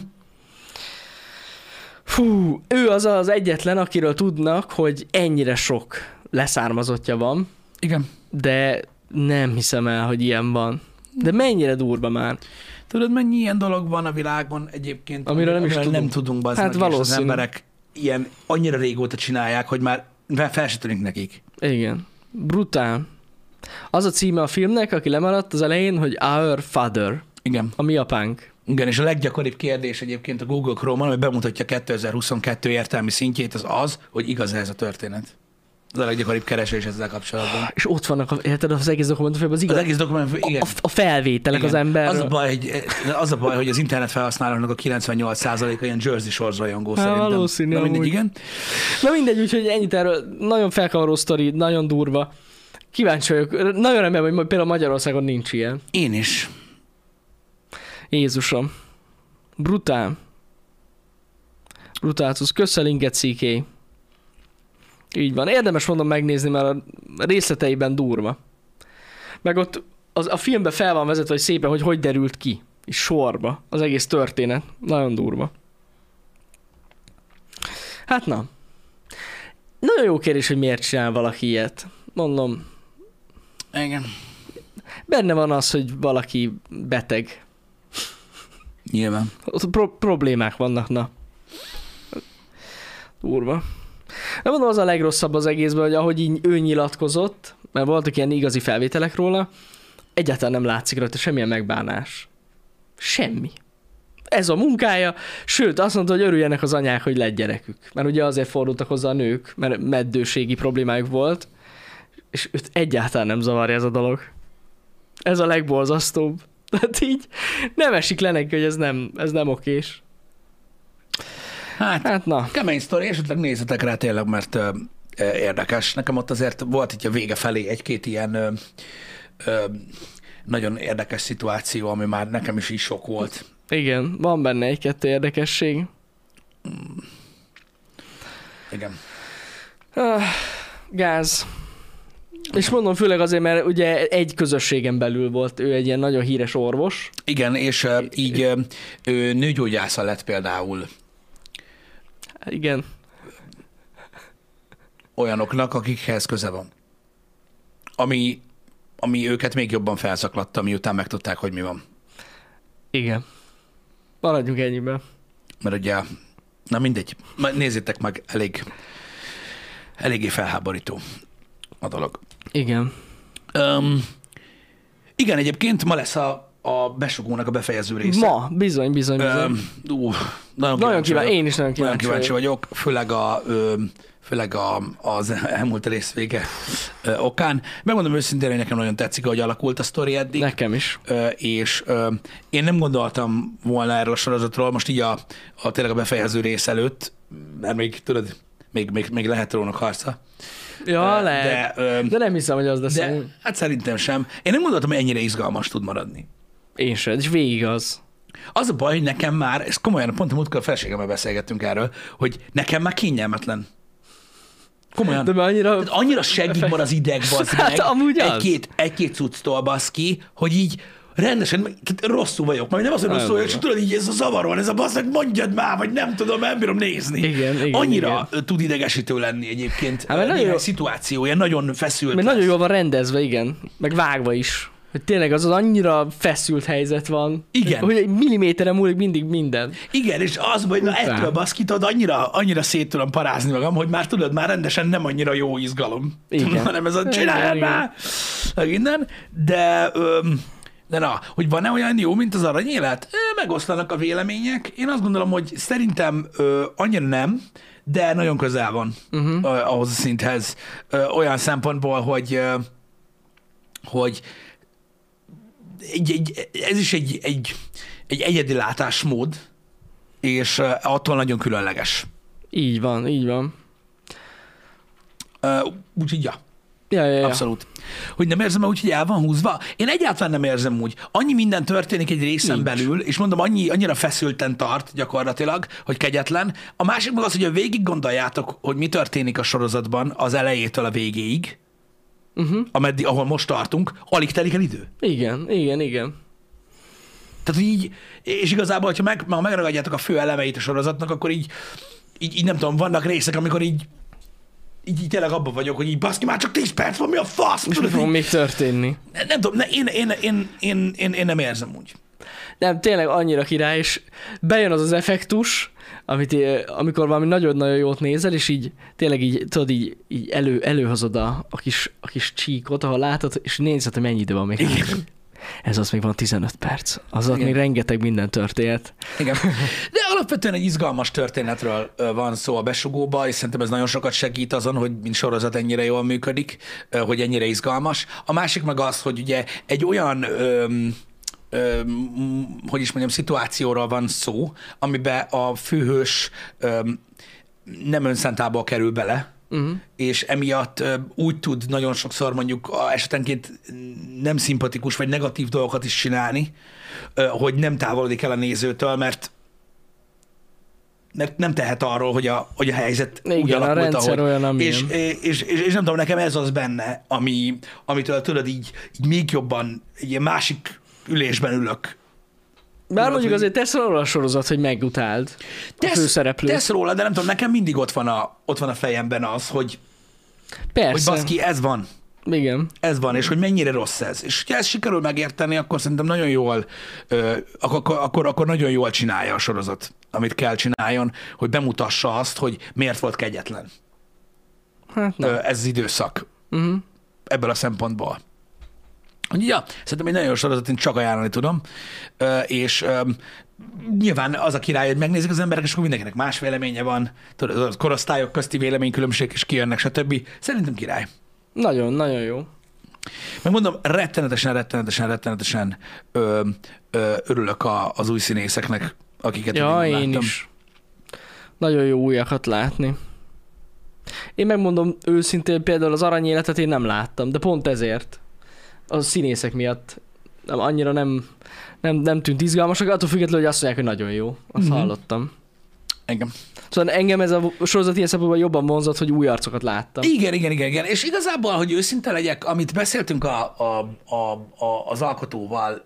Speaker 1: Fú, ő az az egyetlen, akiről tudnak, hogy ennyire sok leszármazottja van,
Speaker 2: Igen.
Speaker 1: de nem hiszem el, hogy ilyen van. De mennyire durva már.
Speaker 2: Tudod, mennyi ilyen dolog van a világon egyébként,
Speaker 1: Amiről nem is
Speaker 2: amiről nem
Speaker 1: tudunk.
Speaker 2: tudunk bazd
Speaker 1: Hát
Speaker 2: meg, és az
Speaker 1: valószínű.
Speaker 2: emberek ilyen annyira régóta csinálják, hogy már már fel se tűnik nekik.
Speaker 1: Igen. Brutál. Az a címe a filmnek, aki lemaradt az elején, hogy Our Father,
Speaker 2: Igen.
Speaker 1: a mi apánk.
Speaker 2: Igen, és a leggyakoribb kérdés egyébként a Google Chrome-on, ami bemutatja 2022 értelmi szintjét, az az, hogy igaz ez a történet. Ez a leggyakoribb keresés ezzel kapcsolatban.
Speaker 1: És ott vannak, a, érted, az egész dokumentumfilmben az
Speaker 2: Az
Speaker 1: igaz,
Speaker 2: egész dokumentum, igen.
Speaker 1: a, a felvételek
Speaker 2: Igen.
Speaker 1: az ember.
Speaker 2: Az a, baj, hogy, az a baj, hogy az internet felhasználóknak a 98%-a ilyen Jersey Shores rajongó
Speaker 1: Há,
Speaker 2: szerintem.
Speaker 1: Hát valószínű,
Speaker 2: Na mindegy,
Speaker 1: amúgy.
Speaker 2: igen.
Speaker 1: Na mindegy, úgyhogy ennyit erről. Nagyon felkavaró sztori, nagyon durva. Kíváncsi vagyok. Nagyon remélem, hogy majd például Magyarországon nincs ilyen.
Speaker 2: Én is.
Speaker 1: Jézusom. Brutál. Brutátus. Köszel inget, CK. Így van. Érdemes mondom megnézni, mert a részleteiben durva. Meg ott az, a filmben fel van vezetve, hogy szépen, hogy hogy derült ki. És sorba. Az egész történet. Nagyon durva. Hát na. Nagyon jó kérdés, hogy miért csinál valaki ilyet. Mondom,
Speaker 2: Igen.
Speaker 1: benne van az, hogy valaki beteg.
Speaker 2: Nyilván.
Speaker 1: Ott pro- problémák vannak, na. Durva. Nem mondom, az a legrosszabb az egészben, hogy ahogy így ő nyilatkozott, mert voltak ilyen igazi felvételek róla, egyáltalán nem látszik rajta semmilyen megbánás. Semmi. Ez a munkája, sőt azt mondta, hogy örüljenek az anyák, hogy lett gyerekük. Mert ugye azért fordultak hozzá a nők, mert meddőségi problémájuk volt, és őt egyáltalán nem zavarja ez a dolog. Ez a legborzasztóbb. Tehát így nem esik le neki, hogy ez nem, ez nem okés.
Speaker 2: Hát,
Speaker 1: Hát na,
Speaker 2: kemény sztori, esetleg nézzetek rá tényleg, mert ö, ö, érdekes. Nekem ott azért volt itt a vége felé egy-két ilyen ö, ö, nagyon érdekes szituáció, ami már nekem is így sok volt.
Speaker 1: igen, van benne egy-kettő érdekesség.
Speaker 2: Igen.
Speaker 1: Ah, gáz. És mondom főleg azért, mert ugye egy közösségen belül volt ő egy ilyen nagyon híres orvos.
Speaker 2: Igen, és ö, így ö, ő nőgyógyásza lett például
Speaker 1: Igen,
Speaker 2: olyanoknak, akikhez köze van. Ami, ami őket még jobban felszaklatta, miután megtudták, hogy mi van.
Speaker 1: igen. Maradjunk ennyiben.
Speaker 2: Mert ugye, na mindegy, Majd nézzétek meg, elég, eléggé felháborító a dolog.
Speaker 1: Igen.
Speaker 2: Um, igen, egyébként ma lesz a, a besugónak a befejező része.
Speaker 1: Ma, bizony, bizony, bizony.
Speaker 2: Öm, ú, nagyon,
Speaker 1: nagyon
Speaker 2: kíváncsi,
Speaker 1: kíváncsi,
Speaker 2: vagyok.
Speaker 1: én is nagyon
Speaker 2: Nagyon
Speaker 1: kíváncsi,
Speaker 2: kíváncsi
Speaker 1: vagyok.
Speaker 2: vagyok, főleg, a, ö, főleg a, az elmúlt rész vége ö, okán. Megmondom őszintén, hogy nekem nagyon tetszik, ahogy alakult a sztori eddig,
Speaker 1: Nekem is.
Speaker 2: ö, és ö, én nem gondoltam volna erről a sorozatról, most így a, a tényleg a befejező rész előtt, mert még tudod, még, még, még lehet rónak harca.
Speaker 1: Ja,
Speaker 2: Ö,
Speaker 1: lehet. De,
Speaker 2: De, ö,
Speaker 1: de nem hiszem, hogy az lesz.
Speaker 2: de
Speaker 1: De...
Speaker 2: hát szerintem sem. Én nem gondoltam, hogy ennyire izgalmas tud maradni.
Speaker 1: Én sem, és végig az.
Speaker 2: Az a baj, hogy nekem már, és komolyan, pont a múltkor a feleségemmel beszélgettünk erről, hogy nekem már kényelmetlen. Komolyan.
Speaker 1: De
Speaker 2: De
Speaker 1: mert annyira...
Speaker 2: annyira segít van az ideg, bazd
Speaker 1: Hát
Speaker 2: meg.
Speaker 1: amúgy az.
Speaker 2: Egy-két, egy-két cucctól basz ki, hogy így, rendesen, tehát rosszul vagyok. Majd nem az, hogy
Speaker 1: Nem
Speaker 2: rosszul vagyok,
Speaker 1: baj.
Speaker 2: csak tudod, így ez a zavaron, ez a bassz, hogy mondjad már, vagy nem tudom, nem bírom nézni.
Speaker 1: Igen, igen,
Speaker 2: Annyira igen. tud idegesítő lenni egyébként.
Speaker 1: Hát,
Speaker 2: Hát,
Speaker 1: mert
Speaker 2: nagyon
Speaker 1: nagyon-
Speaker 2: jó. szituációja, nagyon feszült.
Speaker 1: Mert nagyon
Speaker 2: lesz.
Speaker 1: jól van rendezve, igen. Meg vágva is. Hogy tényleg az az annyira feszült helyzet van.
Speaker 2: Igen.
Speaker 1: Hogy egy milliméterre múlik mindig minden.
Speaker 2: Igen, és az, hogy na
Speaker 1: Után.
Speaker 2: ettől baszkítod, annyira, annyira szét tudom parázni magam, hogy már tudod, már rendesen nem annyira jó izgalom.
Speaker 1: Igen.
Speaker 2: Hanem ez a
Speaker 1: Igen,
Speaker 2: csináljad
Speaker 1: igen.
Speaker 2: már! Meg innen, de... Öm, de na, hogy van-e olyan jó, mint az aranyélet? Ö, Megoszlanak a vélemények. Én azt gondolom, hogy szerintem ö, annyira nem, de nagyon közel van uh-huh.
Speaker 1: Mhm.
Speaker 2: ö, ahhoz a szinthez. Ö, olyan szempontból, hogy ö, hogy egy, egy, ez is egy, egy, egy egyedi látásmód, és ö, attól nagyon különleges.
Speaker 1: Így van, így van.
Speaker 2: Ö, Úgyhogy, ja.
Speaker 1: Ja, ja, ja.
Speaker 2: Abszolút. Hogy nem érzem úgy, hogy el van húzva? Én egyáltalán nem érzem úgy. Annyi minden történik egy részen
Speaker 1: Nincs.
Speaker 2: Nincs. belül, és mondom, annyi, annyira feszülten tart gyakorlatilag, hogy kegyetlen. A másik meg az, hogy a végig gondoljátok, hogy mi történik a sorozatban az elejétől a végéig,
Speaker 1: Uh-huh.
Speaker 2: ameddig, ahol most tartunk, alig telik el idő.
Speaker 1: Igen, igen, igen.
Speaker 2: Tehát hogy így, és igazából, hogyha meg, ha megragadjátok a fő elemeit a sorozatnak, akkor így, így, így nem tudom, vannak részek, amikor így, így, így tényleg abban vagyok, hogy így baszki, már csak 10 perc van, mi a fasz?
Speaker 1: És mi
Speaker 2: Tudod,
Speaker 1: fog
Speaker 2: így,
Speaker 1: még történni?
Speaker 2: nem tudom, ne, én, én, én, én, én, én, nem érzem úgy.
Speaker 1: Nem, tényleg annyira király, és bejön az az effektus, amit, eh, amikor valami nagyon-nagyon jót nézel, és így tényleg így, tudod, így, így elő, előhozod a, a, kis, a kis csíkot, ahol látod, és nézed, hogy mennyi idő van még.
Speaker 2: Igen.
Speaker 1: Ez az még van 15 perc. Az alatt
Speaker 2: Igen.
Speaker 1: még rengeteg minden történt.
Speaker 2: Igen. De alapvetően egy izgalmas történetről ö, van szó a besugóba, és szerintem ez nagyon sokat segít azon, hogy mint sorozat ennyire jól működik, ö, hogy ennyire izgalmas. A másik meg az, hogy ugye egy olyan öm, öm, hogy is mondjam, szituációról van szó, amiben a főhős öm, nem önszántából kerül bele,
Speaker 1: Mhm.
Speaker 2: uh-huh. és emiatt ö, úgy tud nagyon sokszor mondjuk a esetenként nem szimpatikus vagy negatív dolgokat is csinálni, ö, hogy nem távolodik el a nézőtől, mert mert nem tehet arról, hogy a, hogy a helyzet
Speaker 1: Igen,
Speaker 2: úgy
Speaker 1: a
Speaker 2: alakult,
Speaker 1: rendszer
Speaker 2: ahogy.
Speaker 1: olyan, amilyen.
Speaker 2: és, és, és, és, nem tudom, nekem ez az benne, ami, amitől tudod így, így még jobban egy ilyen másik ülésben ülök,
Speaker 1: Bár
Speaker 2: Tudod,
Speaker 1: mondjuk
Speaker 2: hogy-
Speaker 1: azért tesz róla a sorozat, hogy megutáld a főszereplőt.
Speaker 2: tesz róla, de nem tudom, nekem mindig ott van a, ott van a fejemben az, hogy, hogy
Speaker 1: Persze.
Speaker 2: baszki, ez van.
Speaker 1: Igen.
Speaker 2: Ez van, és hogy mennyire rossz ez. És ha ezt sikerül megérteni, akkor szerintem nagyon jól, ö, ak- akkor, akkor, akkor nagyon jól csinálja a sorozat, amit kell csináljon, hogy bemutassa azt, hogy miért volt kegyetlen
Speaker 1: Hát nem.
Speaker 2: ö, ez az időszak
Speaker 1: Uh-huh.
Speaker 2: ebből a szempontból. Úgyhogy, Ja, szerintem egy nagyon jó sorozat, én csak ajánlani tudom, Ö, és öm, nyilván az a király, hogy megnézik az emberek, és akkor mindenkinek más véleménye van, tudod, az korosztályok közti véleménykülönbség is kijönnek, stb. Szerintem király.
Speaker 1: Nagyon, nagyon jó.
Speaker 2: Megmondom, rettenetesen, rettenetesen, rettenetesen ö, ö, örülök a, az új színészeknek, akiket
Speaker 1: Ja,
Speaker 2: még nem
Speaker 1: én
Speaker 2: láttam.
Speaker 1: is. Nagyon jó újakat látni. Én megmondom őszintén, például az aranyéletet én nem láttam, de pont ezért. A színészek miatt nem, annyira nem, nem, nem tűnt izgalmasak, attól függetlenül, hogy azt mondják, hogy nagyon jó. Azt
Speaker 2: Mhm.
Speaker 1: mm-hmm. hallottam.
Speaker 2: Engem.
Speaker 1: Szóval engem ez a sorozat ilyen szempontból jobban vonzott, hogy új arcokat láttam.
Speaker 2: Igen, igen, igen, igen. És igazából, hogy őszinte legyek, amit beszéltünk a, a, a, a, az alkotóval,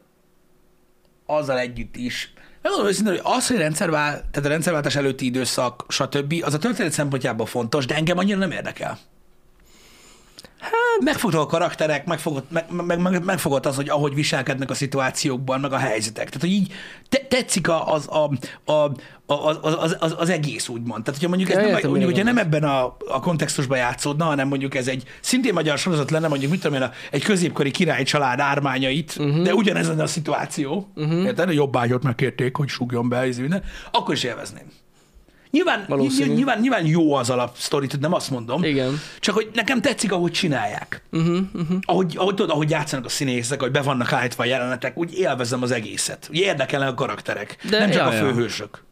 Speaker 2: azzal együtt is, megmondom őszintén, hogy az, hogy rendszervál, tehát a rendszerváltás előtti időszak, stb., az a történet szempontjából fontos, de engem annyira nem érdekel. Hát... Megfogtak a karakterek, megfogott, meg, meg, meg, megfogott az, hogy ahogy viselkednek a szituációkban, meg a helyzetek. Tehát, hogy így te, tetszik a, az, a, a, a, az, az, az, az egész, úgymond. Tehát, hogyha mondjuk, ez
Speaker 1: Ja,
Speaker 2: nem,
Speaker 1: értem,
Speaker 2: mondjuk
Speaker 1: mire
Speaker 2: hogyha nem ebben a, a kontextusban játszódna, hanem mondjuk ez egy szintén magyar sorozat lenne, mondjuk mit tudom én, a, egy középkori király család ármányait,
Speaker 1: Mhm.
Speaker 2: uh-huh. de ugyanez lenne a szituáció, uh-huh. érted? A jobbágyot megkérték, hogy súgjon be, ez minden, akkor is élvezném. Nyilván,
Speaker 1: Valószínű.
Speaker 2: ny- nyilván, nyilván jó az alapsztori, tehát nem azt mondom.
Speaker 1: Igen.
Speaker 2: Csak hogy nekem tetszik, ahogy csinálják.
Speaker 1: Uh-huh, uh-huh.
Speaker 2: Ahogy, ahogy, tudod, ahogy játszanak a színészek, ahogy be vannak állítva a jelenetek, úgy élvezem az egészet. Úgy érdekelnek a karakterek,
Speaker 1: De
Speaker 2: nem csak
Speaker 1: ja,
Speaker 2: a
Speaker 1: ja.
Speaker 2: főhősök.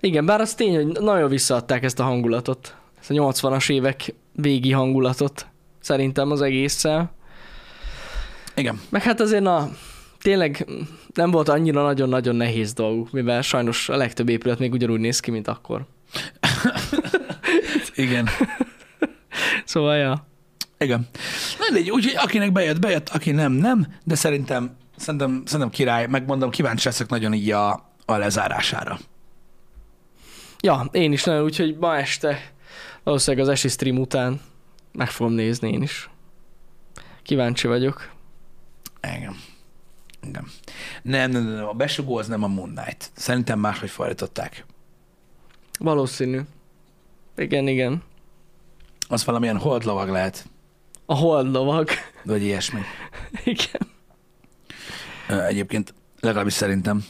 Speaker 1: Igen, bár az tény, hogy nagyon visszaadták ezt a hangulatot. Ezt a 80-as évek végi hangulatot. Szerintem az egésszel.
Speaker 2: Igen.
Speaker 1: Meg hát azért na, tényleg nem volt annyira nagyon-nagyon nehéz dolguk, mivel sajnos a legtöbb épület még ugyanúgy néz ki, mint akkor.
Speaker 2: Igen.
Speaker 1: Szóval, ja.
Speaker 2: Igen. Na mindegy, úgyhogy akinek bejött, bejött, aki nem, nem, de szerintem, szerintem, szerintem király, megmondom, kíváncsi leszek nagyon így a, a lezárására.
Speaker 1: Ja, én is nagyon, úgyhogy ma este, valószínűleg az esti stream után meg fogom nézni én is. Kíváncsi vagyok.
Speaker 2: Engem. Engem. Nem, nem, nem, a besugó az nem a Moon Knight. Szerintem máshogy fordították.
Speaker 1: Valószínű. Igen, igen.
Speaker 2: Az valamilyen holdlovag lehet,
Speaker 1: A holdlovag.
Speaker 2: vagy ilyesmi.
Speaker 1: igen.
Speaker 2: Ö, Egyébként, legalábbis szerintem.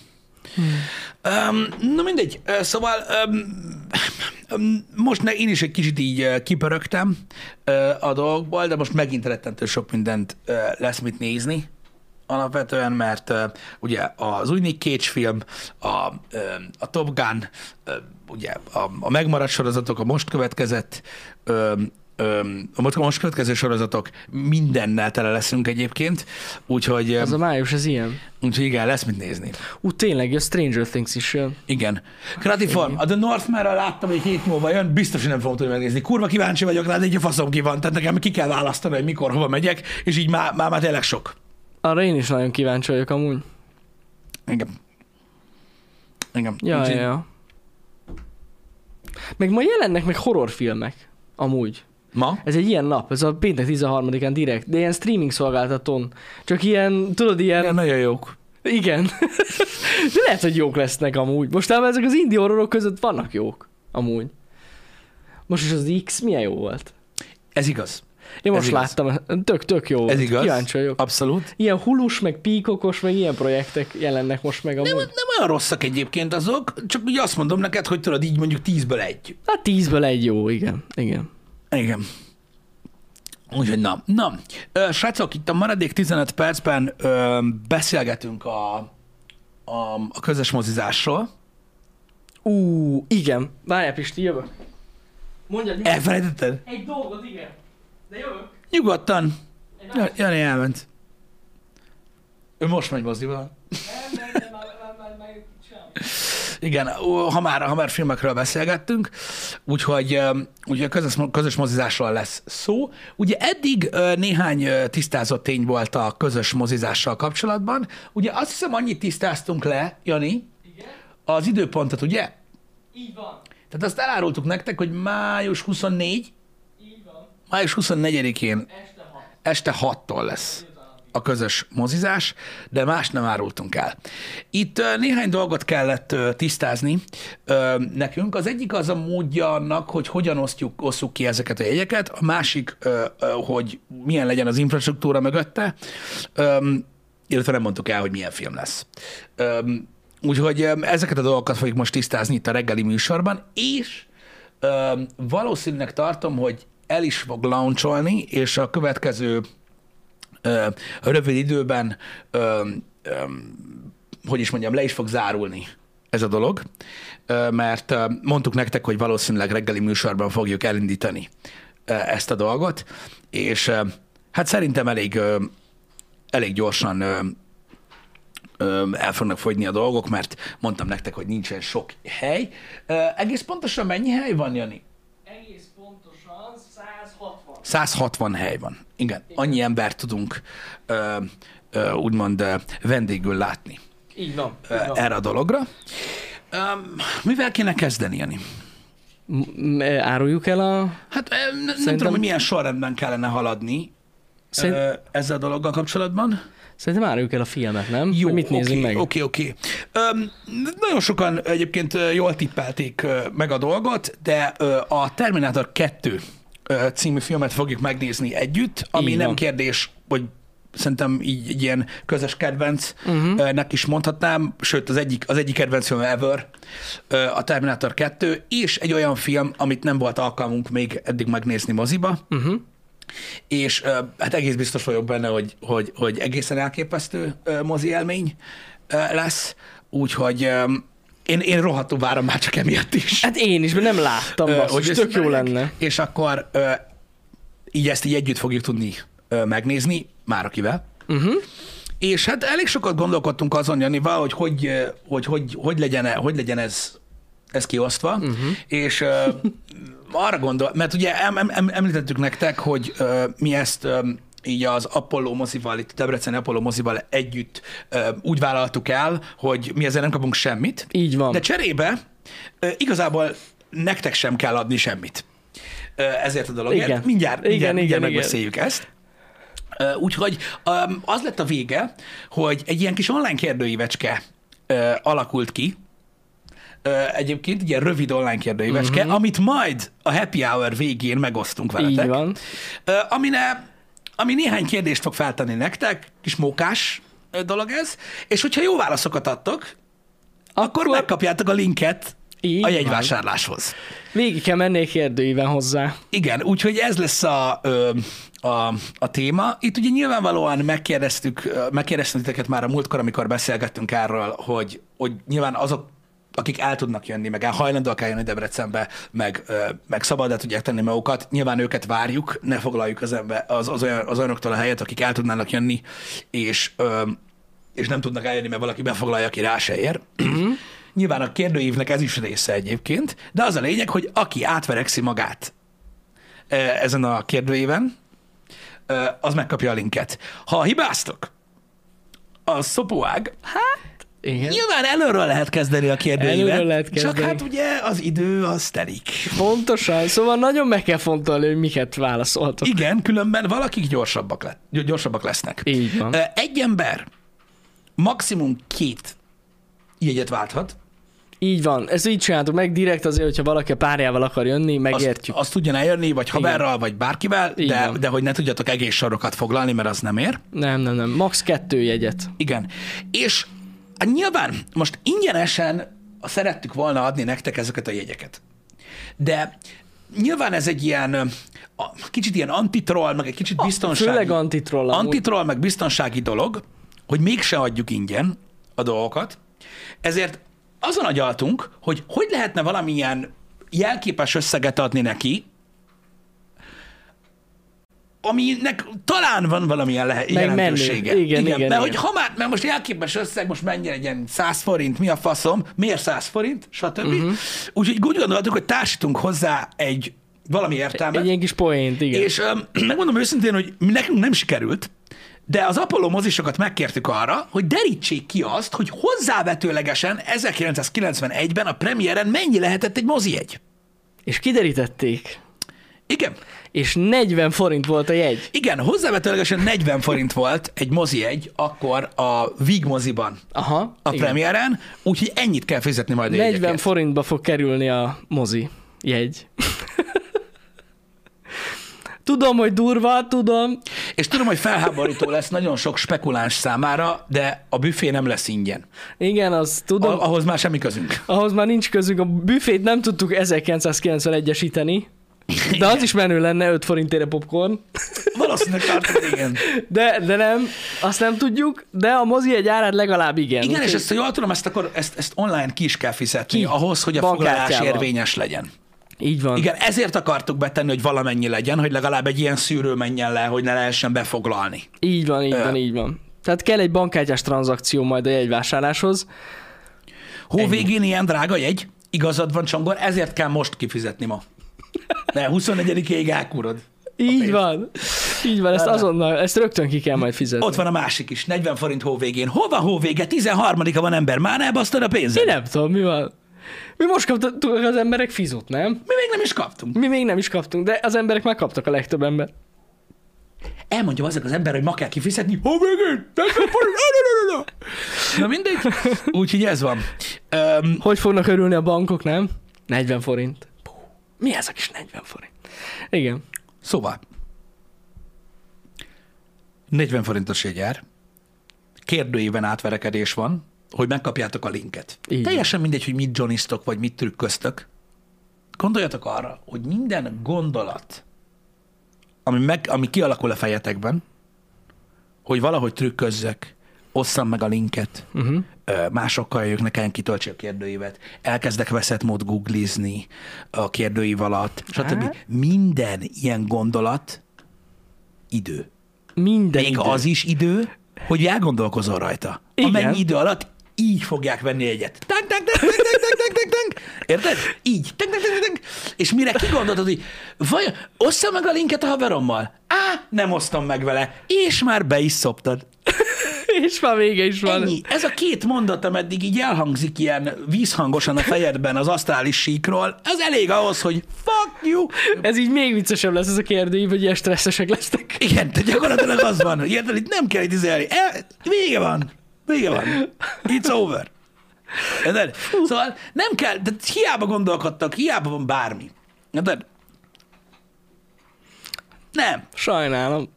Speaker 1: Hmm.
Speaker 2: Um, na mindegy, Ö, szóval um, most ne, én is egy kicsit így ö, kipörögtem ö, a dolgokból, de most megint rettentő sok mindent ö, lesz mit nézni alapvetően, mert ö, ugye az új Nick Cage film, a, ö, a Top Gun, ö, ugye a, a megmaradt sorozatok, a most következett, ö, ö, a most- a most következő sorozatok mindennel tele leszünk egyébként, úgyhogy,
Speaker 1: Az
Speaker 2: ö,
Speaker 1: a május, ez ilyen.
Speaker 2: úgyhogy igen, lesz mit nézni.
Speaker 1: Ú, tényleg, a Stranger Things is jön.
Speaker 2: Igen. Kreatív form. A The North már láttam, hogy egy hét múlva jön, biztos, hogy nem fogom tudni megnézni. Kurva kíváncsi vagyok rá, de egy faszom ki van. Tehát nekem ki kell választani, hogy mikor, hova megyek, és így már, már, már tényleg sok.
Speaker 1: Arra én is nagyon kíváncsi vagyok amúgy.
Speaker 2: Igen. Igen.
Speaker 1: Ja,
Speaker 2: Úgyhogy-
Speaker 1: ja, ja. Meg ma jelennek meg horrorfilmek. Amúgy.
Speaker 2: Ma?
Speaker 1: Ez egy ilyen nap, ez a péntek 13-án direkt, de ilyen streaming szolgáltatón. Csak ilyen, tudod, ilyen...
Speaker 2: Igen, nagyon jók.
Speaker 1: Igen. De lehet, hogy jók lesznek amúgy. Mostában ezek az indie horrorok között vannak jók. Amúgy. Most is az X milyen jó volt.
Speaker 2: Ez igaz.
Speaker 1: Én
Speaker 2: Ez
Speaker 1: most
Speaker 2: igaz.
Speaker 1: láttam, tök, tök jó
Speaker 2: Ez
Speaker 1: volt.
Speaker 2: igaz.
Speaker 1: Kíváncsi vagyok.
Speaker 2: Abszolút.
Speaker 1: Ilyen hulus, meg píkokos, meg ilyen projektek jelennek most meg
Speaker 2: Nem,
Speaker 1: amúgy.
Speaker 2: nem olyan rosszak egyébként azok, csak úgy azt mondom neked, hogy tudod, így mondjuk tízből egy.
Speaker 1: Hát tízből egy jó, igen. Igen.
Speaker 2: Igen. Úgyhogy na, na. Ö, Srácok, itt a maradék 15 percben ö, beszélgetünk a, a, a közös mozizásról.
Speaker 1: Ú, igen. Várjál Pisti, jövök. Mondja, hogy
Speaker 2: Elfelejtetted?
Speaker 1: egy dolgot, igen. De jövök.
Speaker 2: Nyugodtan. Ja- Jani elment. Ő most megy moziba. Igen, ó, ha már, ha már filmekről beszélgettünk, úgyhogy ö, ugye a közös, közös mozizásról lesz szó. Ugye eddig ö, néhány ö, tisztázott tény volt a közös mozizással kapcsolatban. Ugye azt hiszem annyit tisztáztunk le, Jani, az időpontot, ugye?
Speaker 1: Így van.
Speaker 2: Tehát azt elárultuk nektek, hogy május 24,
Speaker 1: Így van.
Speaker 2: május 24-én
Speaker 1: Este
Speaker 2: este 6-tól lesz a közös mozizás, de más nem árultunk el. Itt ö, néhány dolgot kellett ö, tisztázni ö, nekünk. Az egyik az a módja annak, hogy hogyan osztjuk, osszuk ki ezeket a jegyeket, a másik, ö, ö, hogy milyen legyen az infrastruktúra mögötte, ö, illetve nem mondtuk el, hogy milyen film lesz. Ö, úgyhogy ö, ezeket a dolgokat fogjuk most tisztázni itt a reggeli műsorban, és Ö, valószínűleg tartom, hogy el is fog launcholni, és a következő ö, rövid időben, ö, ö, hogy is mondjam, le is fog zárulni ez a dolog, ö, mert ö, mondtuk nektek, hogy valószínűleg reggeli műsorban fogjuk elindítani ö, ezt a dolgot, és ö, hát szerintem elég, ö, elég gyorsan ö, ö, el fognak fogyni a dolgok, mert mondtam nektek, hogy nincsen sok hely. Ö, Egész pontosan mennyi hely van, Jani?
Speaker 1: Egész pontosan 160.
Speaker 2: 160 hely van. Igen, annyi embert tudunk ö, ö, úgymond ö, vendégül látni
Speaker 1: Így van.
Speaker 2: ö,
Speaker 1: Így van.
Speaker 2: erre a dologra. Ö, mivel kéne kezdeni, Jani?
Speaker 1: M- m- áruljuk el a...
Speaker 2: Hát ö, n- nem Szerintem...
Speaker 1: Szerintem-
Speaker 2: tudom, hogy milyen sorrendben kellene haladni
Speaker 1: Szerint...
Speaker 2: ö, ezzel a dologgal kapcsolatban.
Speaker 1: Szerintem áruljuk el a filmet, nem? Jó,
Speaker 2: Jó,
Speaker 1: mit nézzünk
Speaker 2: oké,
Speaker 1: meg?
Speaker 2: Oké, oké. Öm, Nagyon sokan egyébként ö, jól tippelték ö, meg a dolgot, de ö, a Terminátor 2 ö, című filmet fogjuk megnézni együtt, ami
Speaker 1: Így
Speaker 2: nem
Speaker 1: van.
Speaker 2: kérdés, hogy szerintem így egy ilyen közös
Speaker 1: Mhm.
Speaker 2: kedvencnek uh-huh. is mondhatnám, sőt az egyik, az egyik kedvenc film ever, ö, a Terminátor 2, és egy olyan film, amit nem volt alkalmunk még eddig megnézni moziba,
Speaker 1: Uh-huh.
Speaker 2: és ö, hát egész biztos vagyok benne, hogy, hogy, hogy egészen elképesztő ö, mozi élmény ö, lesz, úgyhogy ö, én, én rohadtul várom már csak emiatt is.
Speaker 1: Hát én is, mert nem láttam,
Speaker 2: Ö,
Speaker 1: basszus,
Speaker 2: ezt
Speaker 1: tök jó
Speaker 2: megnézzük,
Speaker 1: lenne.
Speaker 2: És akkor ö, így ezt így együtt fogjuk tudni ö, megnézni, már akivel.
Speaker 1: Uh-huh.
Speaker 2: És hát elég sokat gondolkodtunk azon, Janival, hogy hogy, ö, hogy, hogy, hogy, legyen, e, hogy legyen ez, ez kiosztva,
Speaker 1: Mhm.
Speaker 2: uh-huh. és ö, arra gondol, mert ugye em, em, em- említettük nektek, hogy ö, mi ezt ö, így az Apollo mozival, itt Debreceni Apollo mozival együtt ö, úgy vállaltuk el, hogy mi ezzel nem kapunk semmit,
Speaker 1: Így van.
Speaker 2: de cserébe ö, igazából nektek sem kell adni semmit. Ö, Ezért a dologért.
Speaker 1: Igen.
Speaker 2: Mindjárt, mindjárt,
Speaker 1: Igen,
Speaker 2: mindjárt
Speaker 1: igen,
Speaker 2: megbeszéljük ezt. Ö, Úgyhogy öm, az lett a vége, hogy egy ilyen kis online kérdőívecske ö, alakult ki, Ö, egyébként ilyen rövid online kérdőívecske, uh-huh. amit majd a happy hour végén megosztunk veletek.
Speaker 1: Mhm. Így van.
Speaker 2: Ö, Amine, ami néhány kérdést fog feltenni nektek, kis mókás ö, dolog ez, és hogyha jó válaszokat adtok, akkor, akkor megkapjátok a linket
Speaker 1: Így
Speaker 2: a
Speaker 1: van.
Speaker 2: jegyvásárláshoz.
Speaker 1: Végig kell menni egy kérdőíven hozzá.
Speaker 2: Igen, úgyhogy ez lesz a, ö, a, a téma. Itt ugye nyilvánvalóan megkérdeztük, ö, megkérdeztünk titeket már a múltkor, amikor beszélgettünk erről, hogy, hogy nyilván azok, akik el tudnak jönni, meg el hajlandóak eljönni Debrecenbe, meg, ö, meg szabadá tudják tenni magukat, nyilván őket várjuk, ne foglaljuk az, ember, az, az, olyan, az olyanoktól a helyet, akik el tudnának jönni, és, ö, és nem tudnak eljönni, mert valaki befoglalja, aki rá se ér. Nyilván a kérdőívnek ez is része egyébként, de az a lényeg, hogy aki átverekszi magát e, ezen a kérdőjében, e, az megkapja a linket. Ha hibáztok, a szopóág, hát
Speaker 1: Igen.
Speaker 2: nyilván előről lehet kezdeni a kérdőjével,
Speaker 1: Előről lehet
Speaker 2: csak
Speaker 1: kezdeni.
Speaker 2: hát ugye az idő az telik.
Speaker 1: Pontosan, szóval nagyon meg kell fontolni, hogy miket válaszoltok.
Speaker 2: Igen, különben valakik gyorsabbak, lett, gyorsabbak lesznek.
Speaker 1: Így van.
Speaker 2: E, Egy ember maximum két jegyet válthat,
Speaker 1: Így van, ezt így csináltuk meg direkt azért, hogyha valaki a párjával akar jönni, megértjük.
Speaker 2: Azt, azt tudjon eljönni, vagy haverral, vagy bárkivel, de,
Speaker 1: Igen.
Speaker 2: de hogy ne tudjatok egész sorokat foglalni, mert az nem ér.
Speaker 1: Nem, nem, nem, max kettő jegyet.
Speaker 2: Igen. És hát nyilván most ingyenesen szerettük volna adni nektek ezeket a jegyeket. De nyilván ez egy ilyen ö, a- kicsit ilyen antitroll, meg egy kicsit biztonsági.
Speaker 1: Főleg antitroll amúgy.
Speaker 2: Antitroll meg biztonsági dolog, hogy mégse adjuk ingyen a dolgokat, ezért azon agyaltunk, hogy hogy lehetne valamilyen jelképes összeget adni neki, aminek talán van valamilyen lehe-
Speaker 1: menő.
Speaker 2: jelentősége.
Speaker 1: Igen, igen,
Speaker 2: mert
Speaker 1: igen.
Speaker 2: hogy ha már, mert most jelképes összeg, most menjen egy ilyen 100 forint, mi a faszom, miért 100 forint, stb.
Speaker 1: Mhm.
Speaker 2: Uh-huh. Úgyhogy úgy gondoltuk, hogy társítunk hozzá egy valami értelmet.
Speaker 1: Egy ilyen kis poént, igen.
Speaker 2: És öm, megmondom őszintén, hogy mi- nekünk nem sikerült, de az Apollo mozisokat megkértük arra, hogy derítsék ki azt, hogy hozzávetőlegesen 1991-ben a premiéren mennyi lehetett egy mozijegy.
Speaker 1: És kiderítették.
Speaker 2: Igen.
Speaker 1: És 40 forint volt a jegy.
Speaker 2: Igen, hozzávetőlegesen 40 forint volt egy mozijegy akkor a Vig moziban
Speaker 1: Aha.
Speaker 2: a
Speaker 1: igen.
Speaker 2: premiéren, úgyhogy ennyit kell fizetni majd a
Speaker 1: 40
Speaker 2: jegyekért.
Speaker 1: forintba fog kerülni a mozi jegy. tudom, hogy durva, tudom.
Speaker 2: És tudom, hogy felháborító lesz nagyon sok spekuláns számára, de a büfé nem lesz ingyen.
Speaker 1: Igen, az
Speaker 2: A-
Speaker 1: tudom.
Speaker 2: Ahhoz már semmi közünk.
Speaker 1: Ahhoz már nincs közünk, a büfét nem tudtuk 1991-esíteni, de az is menő lenne 5 forintére popcorn,
Speaker 2: Valószínűleg tartunk, igen.
Speaker 1: de, de nem, azt nem tudjuk, de a mozi egy árát legalább igen.
Speaker 2: Igen, és
Speaker 1: Úgyhogy
Speaker 2: ezt, ha jól tudom, ezt, akkor, ezt, ezt online ki is kell fizetni,
Speaker 1: Ki?
Speaker 2: ahhoz, hogy a
Speaker 1: Bankkártyával.
Speaker 2: foglalás érvényes legyen.
Speaker 1: Így van.
Speaker 2: Igen, ezért akartuk betenni, hogy valamennyi legyen, hogy legalább egy ilyen szűrő menjen le, hogy ne lehessen befoglalni.
Speaker 1: Így van, így
Speaker 2: Ö.
Speaker 1: van, így van. Tehát kell egy bankkártyás tranzakció majd a jegyvásárláshoz.
Speaker 2: Hó végén ilyen drága jegy, igazad van Csongor, ezért kell most kifizetni ma. De 24-ig elkúrod.
Speaker 1: Így
Speaker 2: pénz.
Speaker 1: van. Így van, ezt azonnal, ezt rögtön ki kell majd fizetni.
Speaker 2: Ott van a másik is, 40 forint hó végén. Hova hó vége? 13-a van ember, már elbasztod a pénzed?
Speaker 1: Én nem tudom, mi van. Mi most kaptuk az emberek fizut, nem?
Speaker 2: Mi még nem is kaptunk.
Speaker 1: Mi még nem is kaptunk, de az emberek már kaptak a legtöbb ember.
Speaker 2: elmondja azok az ember, hogy ma kell kifizetni, ha végén, ne kell forint, na, na, na, na, na. Na mindegy. Úgyhogy ez van. Öm,
Speaker 1: Hogy fognak örülni a bankok, nem? 40 forint. Pú, Mi ez a kis 40 forint? Igen.
Speaker 2: szóval, 40 forintos egy jár, kérdőjében átverekedés van, hogy megkapjátok a linket.
Speaker 1: Így.
Speaker 2: Teljesen mindegy, hogy mit johnisztok, vagy mit trükköztök. Gondoljatok arra, hogy minden gondolat, ami, meg, ami kialakul a fejetekben, hogy valahogy trükközzek, osszam meg a linket,
Speaker 1: Uh-huh.
Speaker 2: Ö, másokkal jöjjök, ne kelljen kitöltsi a kérdőívet, elkezdek veszett mód googlizni a kérdőív alatt, stb.
Speaker 1: Á.
Speaker 2: Minden ilyen gondolat idő.
Speaker 1: Minden
Speaker 2: Még
Speaker 1: idő.
Speaker 2: az is idő, hogy elgondolkozol rajta.
Speaker 1: Igen.
Speaker 2: Amennyi idő alatt így fogják venni egyet. Tang, tang, tang, tang, tang, tang, tang, tang, tang. Érted? Így. Tang, tang, tang, tang. És mire kigondoltad, hogy vajon osszam meg a linket a haverommal? Á, nem osztom meg vele. És már be is szoptad.
Speaker 1: És már vége is van.
Speaker 2: Ennyi. Ez a két mondat, ameddig így elhangzik ilyen vízhangosan a fejedben az asztrális síkról, az elég ahhoz, hogy fuck you,
Speaker 1: Ez így még viccesebb lesz ez a kérdőív, hogy ilyen stresszesek lesznek.
Speaker 2: Igen, de gyakorlatilag az van, hogy érted, itt nem kell itt izélni. E, vége van. Vége van. It's over. Érted? Szóval nem kell, de hiába gondolkodtak, hiába van bármi. Érted? Nem.
Speaker 1: Sajnálom.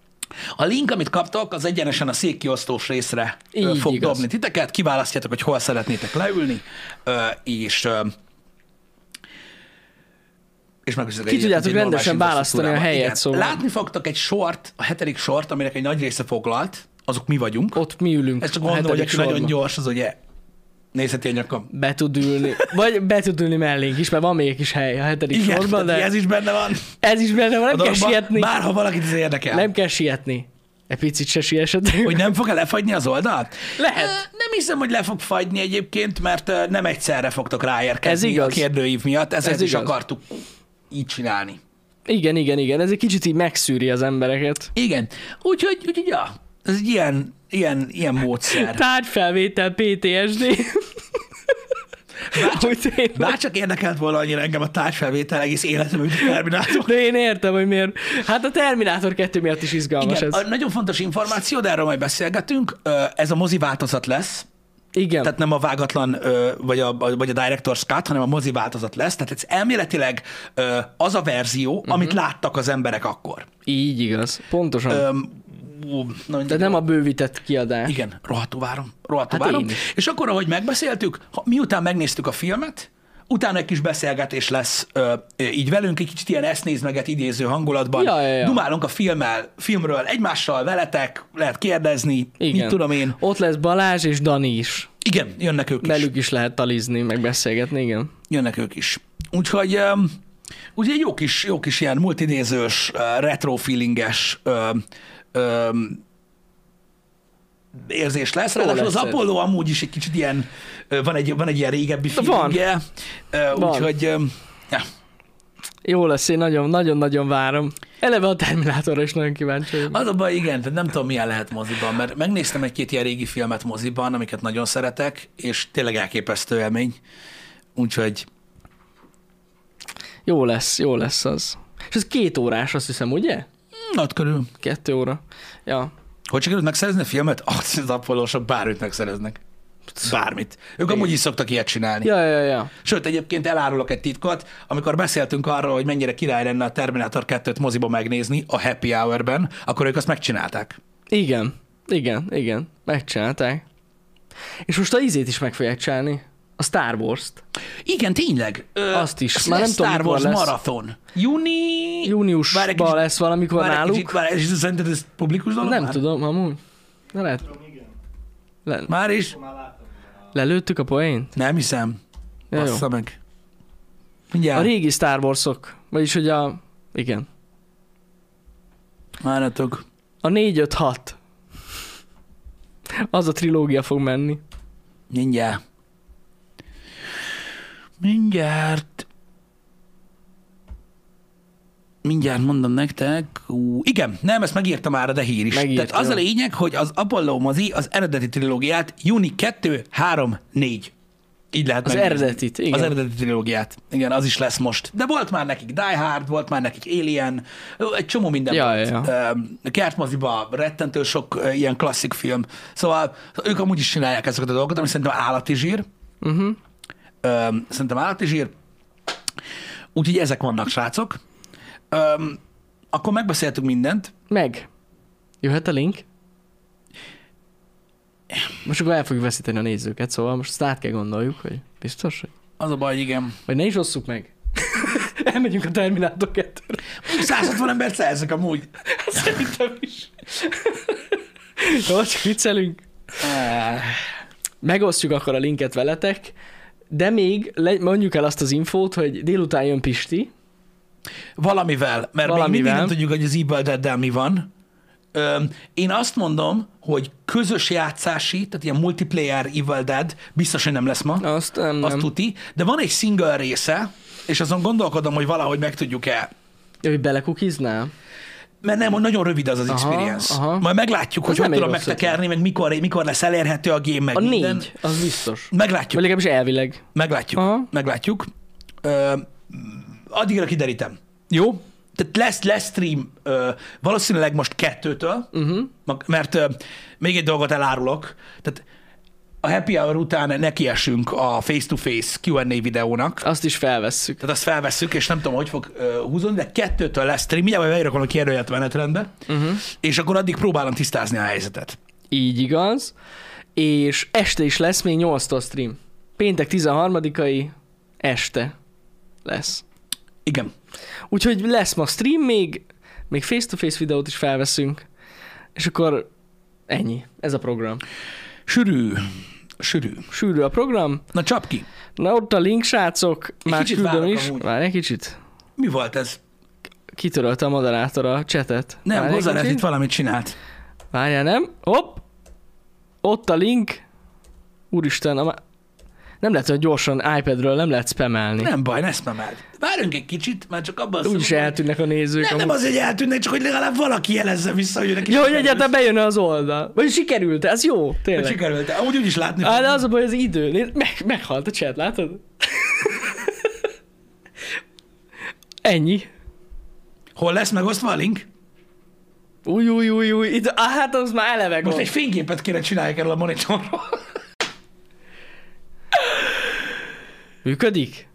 Speaker 2: A link, amit kaptok, az egyenesen a székkiosztós részre Így
Speaker 1: Így
Speaker 2: fog
Speaker 1: igaz.
Speaker 2: dobni titeket. Kiválasztjátok, hogy hol szeretnétek leülni, ö, és ö, és megvizsgáljátok.
Speaker 1: Ki tudjátok rendesen választani a helyet, szóval.
Speaker 2: Látni fogtok egy sort, a hetedik sort, aminek egy nagy része foglalt, azok mi vagyunk.
Speaker 1: Ott mi ülünk.
Speaker 2: Ezt csak
Speaker 1: a
Speaker 2: gondolom, hogy aki
Speaker 1: hetedik
Speaker 2: nagyon
Speaker 1: sorban.
Speaker 2: gyors, az ugye nézheti a nyakam.
Speaker 1: Be tud ülni. Vagy be tud ülni mellénk is, mert van még egy kis hely a hetedik
Speaker 2: Igen,
Speaker 1: sorban, de
Speaker 2: tehát
Speaker 1: ez,
Speaker 2: ez is benne van.
Speaker 1: is benne van, nem
Speaker 2: a
Speaker 1: kell
Speaker 2: dologban,
Speaker 1: sietni.
Speaker 2: Bárha valakit ez érdekel.
Speaker 1: Nem kell sietni. Egy picit se siessetek.
Speaker 2: Hogy nem fog lefagyni az oldalt?
Speaker 1: Lehet.
Speaker 2: Ö, Nem hiszem, hogy le fog fagyni egyébként, mert ö, nem egyszerre fogtok ráérkezni
Speaker 1: Ez igaz.
Speaker 2: a kérdőív miatt, ezért Ez
Speaker 1: Ez
Speaker 2: is
Speaker 1: igaz.
Speaker 2: akartuk így csinálni.
Speaker 1: Igen, igen, igen. Ez egy kicsit így megszűri az embereket.
Speaker 2: Igen. Úgyhogy, úgyhogy ja, ez egy ilyen, ilyen, ilyen módszer.
Speaker 1: Tárgyfelvétel PTSD. Hogy tényleg.
Speaker 2: Bárcsak érdekelt volna annyira engem a tárgyfelvétel egész életem, hogy terminátor.
Speaker 1: De én értem, hogy miért. Hát a Terminátor 2 miatt is izgalmas
Speaker 2: Igen,
Speaker 1: ez.
Speaker 2: a, nagyon fontos információ, de erről majd beszélgetünk. Ö, Ez a mozi változat lesz,
Speaker 1: Igen.
Speaker 2: Tehát nem a vágatlan, ö, vagy a, vagy a director's cut, hanem a mozi változat lesz. Tehát ez elméletileg ö, az a verzió,
Speaker 1: Mhm.
Speaker 2: uh-huh. amit láttak az emberek akkor.
Speaker 1: Így igaz. Pontosan.
Speaker 2: Ö, ú, na,
Speaker 1: Tehát nem a bővített kiadás.
Speaker 2: Igen, rohadtul várom. Rohadtul
Speaker 1: Hát
Speaker 2: hát várom.
Speaker 1: én is.
Speaker 2: És akkor, ahogy megbeszéltük, ha, miután megnéztük a filmet, utána egy kis beszélgetés lesz ö, ö, így velünk, egy kicsit ilyen ezt nézd meget idéző hangulatban.
Speaker 1: Ja, ja, ja.
Speaker 2: Dumálunk a filmmel, filmről egymással, veletek, lehet kérdezni, Igen. mit tudom én.
Speaker 1: Ott lesz Balázs és Dani is.
Speaker 2: Igen, jönnek ők is.
Speaker 1: Velük is lehet talizni, meg beszélgetni, igen.
Speaker 2: jönnek ők is. Úgyhogy um, ugye egy jó kis, jó kis ilyen multidézős, uh, retro feelinges um, um, érzés lesz. Ráadásul az
Speaker 1: lesz ez.
Speaker 2: Apollo amúgy is egy kicsit ilyen, ö, van egy, van egy ilyen régebbi
Speaker 1: Van.
Speaker 2: feelingje, ö,
Speaker 1: Van.
Speaker 2: úgyhogy um, ja,
Speaker 1: Jó lesz, én nagyon- nagyon-nagyon várom. Eleve a Terminátorra is nagyon kíváncsi vagyok.
Speaker 2: az a baj, igen, tehát nem tudom, milyen lehet moziban, mert megnéztem egy-két ilyen régi filmet moziban, amiket nagyon szeretek, és tényleg elképesztő élmény. Úgyhogy
Speaker 1: Jó lesz, jó lesz az. És ez két órás, azt hiszem, ugye?
Speaker 2: nagy mm, körül.
Speaker 1: Kettő óra. Ja.
Speaker 2: Hogy sikerült megszerezni a filmet? Az, az apollósok bármit megszereznek. Bármit. Ők amúgy is szoktak ilyet csinálni.
Speaker 1: Ja, ja, ja.
Speaker 2: Sőt, egyébként elárulok egy titkot, amikor beszéltünk arról, hogy mennyire király lenne a Terminator 2-t moziba megnézni a Happy Hour-ben, akkor ők azt megcsinálták.
Speaker 1: Igen, igen, igen. Megcsinálták. És most a izét is meg fogják csinálni. A Star Wars-t.
Speaker 2: Igen, tényleg. Ö,
Speaker 1: Azt is.
Speaker 2: az
Speaker 1: Már nem
Speaker 2: lesz
Speaker 1: tudom,
Speaker 2: Star
Speaker 1: mikor
Speaker 2: Wars
Speaker 1: lesz.
Speaker 2: marathon. Júni... Várj egy
Speaker 1: Júniusban
Speaker 2: kicsit-
Speaker 1: lesz valamikor
Speaker 2: Várj egy
Speaker 1: náluk.
Speaker 2: Kicsit, várj, és szerinted ez publikus dolog
Speaker 1: Nem
Speaker 2: már?
Speaker 1: tudom, amúgy. De lehet. Le,
Speaker 2: Már is?
Speaker 1: lelőttük a poént?
Speaker 2: Nem hiszem.
Speaker 1: Ja, jó.
Speaker 2: Bassza meg.
Speaker 1: A
Speaker 2: Mindjárt.
Speaker 1: régi Star Warsok, vagyis hogy a... Igen.
Speaker 2: Máratok.
Speaker 1: A 4-5-6. Az a trilógia fog menni.
Speaker 2: Mindjárt. Mindjárt. Mindjárt mondom nektek. Ú, igen, nem, ezt megírta már a de hír is.
Speaker 1: Megírta,
Speaker 2: Tehát az a
Speaker 1: jó.
Speaker 2: lényeg, hogy az Apollo mozi az eredeti trilógiát júni 2, 3, 4. Így lehet
Speaker 1: Az
Speaker 2: megnézni.
Speaker 1: eredetit, Hát igen.
Speaker 2: Az eredeti trilógiát. Igen, az is lesz most. De volt már nekik Die Hard, volt már nekik Alien, ö, egy csomó minden
Speaker 1: Ja,
Speaker 2: volt.
Speaker 1: ja,
Speaker 2: Ö, Kertmoziba rettentő sok ö, ilyen klasszik film. Szóval ők amúgy is csinálják ezeket a dolgokat, ami szerintem állati zsír.
Speaker 1: Uh-huh.
Speaker 2: Ö, Szerintem állati zsír. Úgyhogy ezek vannak, srácok. Ö, Akkor megbeszéltük mindent.
Speaker 1: Meg. Jöhet a link? Most akkor el fogjuk veszíteni a nézőket, szóval most ezt át kell gondoljuk, hogy biztos, hogy...
Speaker 2: Az a baj, igen.
Speaker 1: Vagy ne is osszuk meg. Elmegyünk a Terminátor 2
Speaker 2: 160 embert szerzek amúgy.
Speaker 1: Szerintem is. Jó, csak viccelünk. Eh. Megosztjuk akkor a linket veletek, de még le, mondjuk el azt az infót, hogy délután jön Pisti,
Speaker 2: Valamivel, mert Valamivel. még mindig
Speaker 1: Valamivel.
Speaker 2: nem tudjuk, hogy az Evil dead mi van, Öm, Én azt mondom, hogy közös játszási, tehát ilyen multiplayer Evil Dead biztos, hogy nem lesz ma.
Speaker 1: Azt nem,
Speaker 2: Azt
Speaker 1: nem.
Speaker 2: tuti. De van egy single része, és azon gondolkodom, hogy valahogy meg tudjuk-e.
Speaker 1: Ja, hogy belekukiznál?
Speaker 2: Mert nem, hogy nagyon rövid az az
Speaker 1: Aha,
Speaker 2: experience.
Speaker 1: aha.
Speaker 2: Majd meglátjuk, hogy
Speaker 1: nem
Speaker 2: hogy
Speaker 1: egy
Speaker 2: tudom
Speaker 1: rossz
Speaker 2: megtekerni, meg mikor, mikor lesz elérhető a game, meg
Speaker 1: A
Speaker 2: minden.
Speaker 1: négy, az biztos. Vagy
Speaker 2: Meglátjuk,
Speaker 1: legalábbis elvileg.
Speaker 2: meglátjuk,
Speaker 1: Aha.
Speaker 2: meglátjuk. Ö, addigra kiderítem. Jó? Tehát lesz, lesz stream ö, valószínűleg most kettőtől,
Speaker 1: Mhm.
Speaker 2: uh-huh. mert ö, még egy dolgot elárulok. Tehát a happy hour után nekiesünk a face-to-face Q&A videónak.
Speaker 1: Azt is felvesszük.
Speaker 2: Tehát azt felvesszük, és nem tudom, hogy fog uh, húzódni, de kettőtől lesz stream, mindjárt majd beírakom a kijelölt menetrendbe,
Speaker 1: Mhm.
Speaker 2: uh-huh. és akkor addig próbálom tisztázni a helyzetet.
Speaker 1: Így igaz. És este is lesz még 8-tól stream. Péntek 13-ai este lesz.
Speaker 2: Igen.
Speaker 1: Úgyhogy lesz ma stream még, még face-to-face videót is felveszünk, és akkor ennyi. Ez a program.
Speaker 2: Sűrű. Sűrű.
Speaker 1: Sűrű a program.
Speaker 2: Na csap ki.
Speaker 1: Na ott a link, srácok. Már
Speaker 2: kicsit
Speaker 1: küldöm
Speaker 2: várok
Speaker 1: is.
Speaker 2: amúgy.
Speaker 1: Várj egy kicsit.
Speaker 2: Mi volt ez?
Speaker 1: Kitörölte a moderátor a csetet.
Speaker 2: Nem,
Speaker 1: Várj egy
Speaker 2: hozzá
Speaker 1: kicsit.
Speaker 2: itt valamit csinált.
Speaker 1: Várjál, nem? Hopp! Ott a link. Úristen, a... má- nem lehet, hogy gyorsan iPadről nem lehet spamelni.
Speaker 2: Nem baj, ne szmemeld. Várjunk egy kicsit, már csak abban a
Speaker 1: Úgyis
Speaker 2: szempontból-
Speaker 1: eltűnnek a nézők.
Speaker 2: Nem, nem
Speaker 1: amúgy.
Speaker 2: az, hogy eltűnnek, csak hogy legalább valaki jelezze vissza, hogy neki
Speaker 1: Jó, hogy
Speaker 2: sikerült.
Speaker 1: egyáltalán bejön az oldal. Vagy sikerült, ez jó,
Speaker 2: Hogy
Speaker 1: tényleg.
Speaker 2: Sikerült. Amúgy úgy is látni.
Speaker 1: Á,
Speaker 2: fogjuk.
Speaker 1: de az a baj, az idő. Nézd, Meg, meghalt a chat, látod? Ennyi.
Speaker 2: Hol lesz megosztva a link?
Speaker 1: Új, új, új, új. Itt, á, hát az már eleve
Speaker 2: Most
Speaker 1: gond.
Speaker 2: egy fényképet kéne csinálják erről a monitorról.
Speaker 1: Működik?